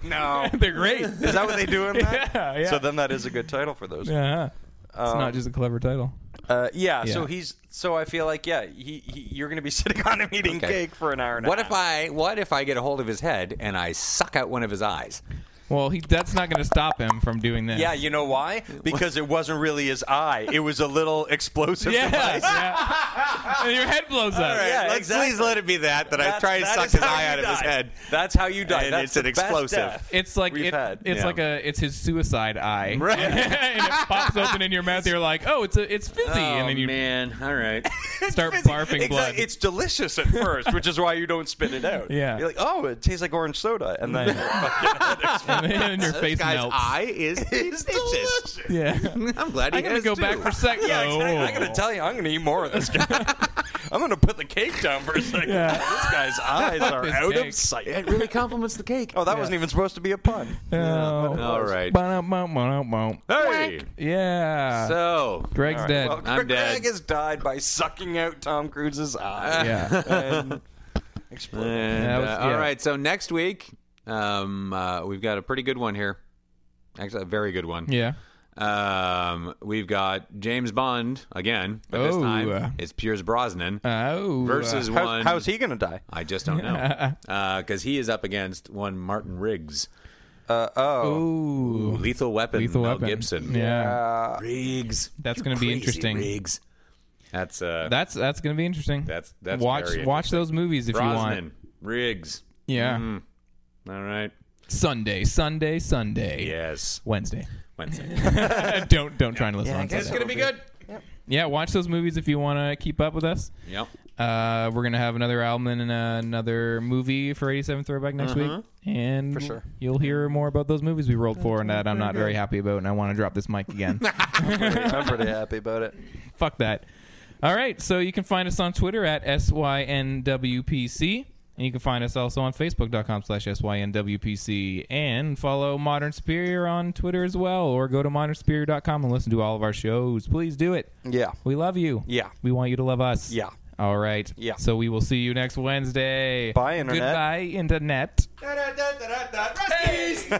B: No.
A: They're great.
B: Is that what they do in that?
A: Yeah, yeah.
B: So then that is a good title for those.
A: Yeah. It's
B: Um,
A: not just a clever title.
B: Uh, yeah,
A: Yeah.
B: So he's. So I feel like yeah, he, he you're gonna be sitting on him eating
C: Okay.
B: cake for an hour and
C: What
B: a half.
C: if I what if I get a hold of his head and I suck out one of his eyes?
A: Well, he that's not going to stop him from doing this.
B: Yeah, you know why? Because it wasn't really his eye. It was a little explosive
A: Yeah.
B: device.
A: yeah. and your head blows up.
B: Yeah,
C: Let's-
B: exactly.
C: Please let it be that that I
B: That's-
C: try and
B: that
C: suck
B: is
C: his
B: how
C: eye
B: you
C: out of his
B: die.
C: head.
B: That's how you die.
C: And
B: That's
C: it's
B: the
C: an
B: best
C: explosive.
B: death
A: It's like
B: we've
A: it-
B: had.
A: it's
C: Yeah.
A: like a it's his suicide eye.
C: Right.
A: and it pops open in your mouth. You're like, oh, it's a, it's fizzy, and then you
C: man, all right.
A: start
B: It's-
A: barfing
B: exact-
A: blood.
B: It's delicious at first, which is why you don't spit it out.
A: Yeah.
B: You're like, oh, it tastes like orange soda, and then
A: and then your face melts.
C: is
B: it's delicious.
A: Yeah.
C: I'm glad he
A: I'm gonna
C: has
A: go
C: two.
A: back for a sec.
B: Yeah, exactly.
A: though.
B: I'm gonna tell you, I'm gonna eat more of this guy. I'm gonna put the cake down for a second.
A: Yeah.
B: This guy's eyes are
A: This
B: out
A: cake.
B: of sight.
C: It really compliments the cake.
B: Oh, that wasn't even supposed to be a pun.
A: Oh.
C: All right.
A: Ba-dum-bum-bum-bum.
C: Hey.
A: Yeah.
C: So
A: Greg's
B: All right,
A: dead.
B: Well,
C: I'm
B: Greg
C: dead.
B: has died by sucking out Tom Cruise's eye.
A: yeah.
B: And exploding.
C: and,
A: That was-
C: uh,
A: yeah.
C: all right. So next week, um, uh, we've got a pretty good one here. Actually, a very good one.
A: Yeah.
C: Um, we've got James Bond again, but this
A: Oh.
C: time it's Piers Brosnan
A: Oh.
C: versus one.
B: how's he gonna die?
C: I just don't know because he is up against one Martin Riggs,
A: Ooh.
C: Lethal Weapon,
A: Oh. Lethal
C: Mel
A: Weapon.
C: Gibson.
A: Yeah.
C: Riggs.
A: That's
C: You
A: gonna be
C: crazy
A: interesting.
C: Riggs. That's uh,
A: That's that's gonna be interesting.
C: That's- that's
A: watch
C: very
A: watch
C: interesting.
A: those movies if you
C: Brosnan,
A: want.
C: Riggs.
A: Yeah.
C: Mm. All right.
A: Sunday, Sunday, Sunday.
C: Yes.
A: Wednesday.
C: Wednesday.
A: don't don't try and listen on
C: it's
A: Sunday.
C: gonna be good.
A: Yeah, watch those movies if you want to keep up with us.
C: Yep.
A: Uh, we're gonna have another album and uh, another movie for 87 Throwback next week, and for
B: Mm-hmm. sure.
A: you'll hear more about those movies we rolled for and that I'm not very happy about, and I want to drop this mic again.
B: I'm pretty happy about it.
A: Fuck that. All right, so you can find us on Twitter at SYNWPC. And you can find us also on Facebook.com slash SYNWPC. And follow Modern Superior on Twitter as well, or go to ModernSuperior.com and listen to all of our shows. Please do it.
B: Yeah.
A: We love you.
B: Yeah.
A: We want you to love us.
B: Yeah.
A: All right.
B: Yeah.
A: So we will see you next Wednesday.
B: Bye, Internet.
A: Goodbye, Internet.
B: Do we scream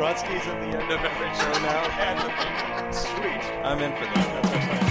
B: Rusty's at the end of every show now? And sweet. I'm in for that. That's what I'm saying.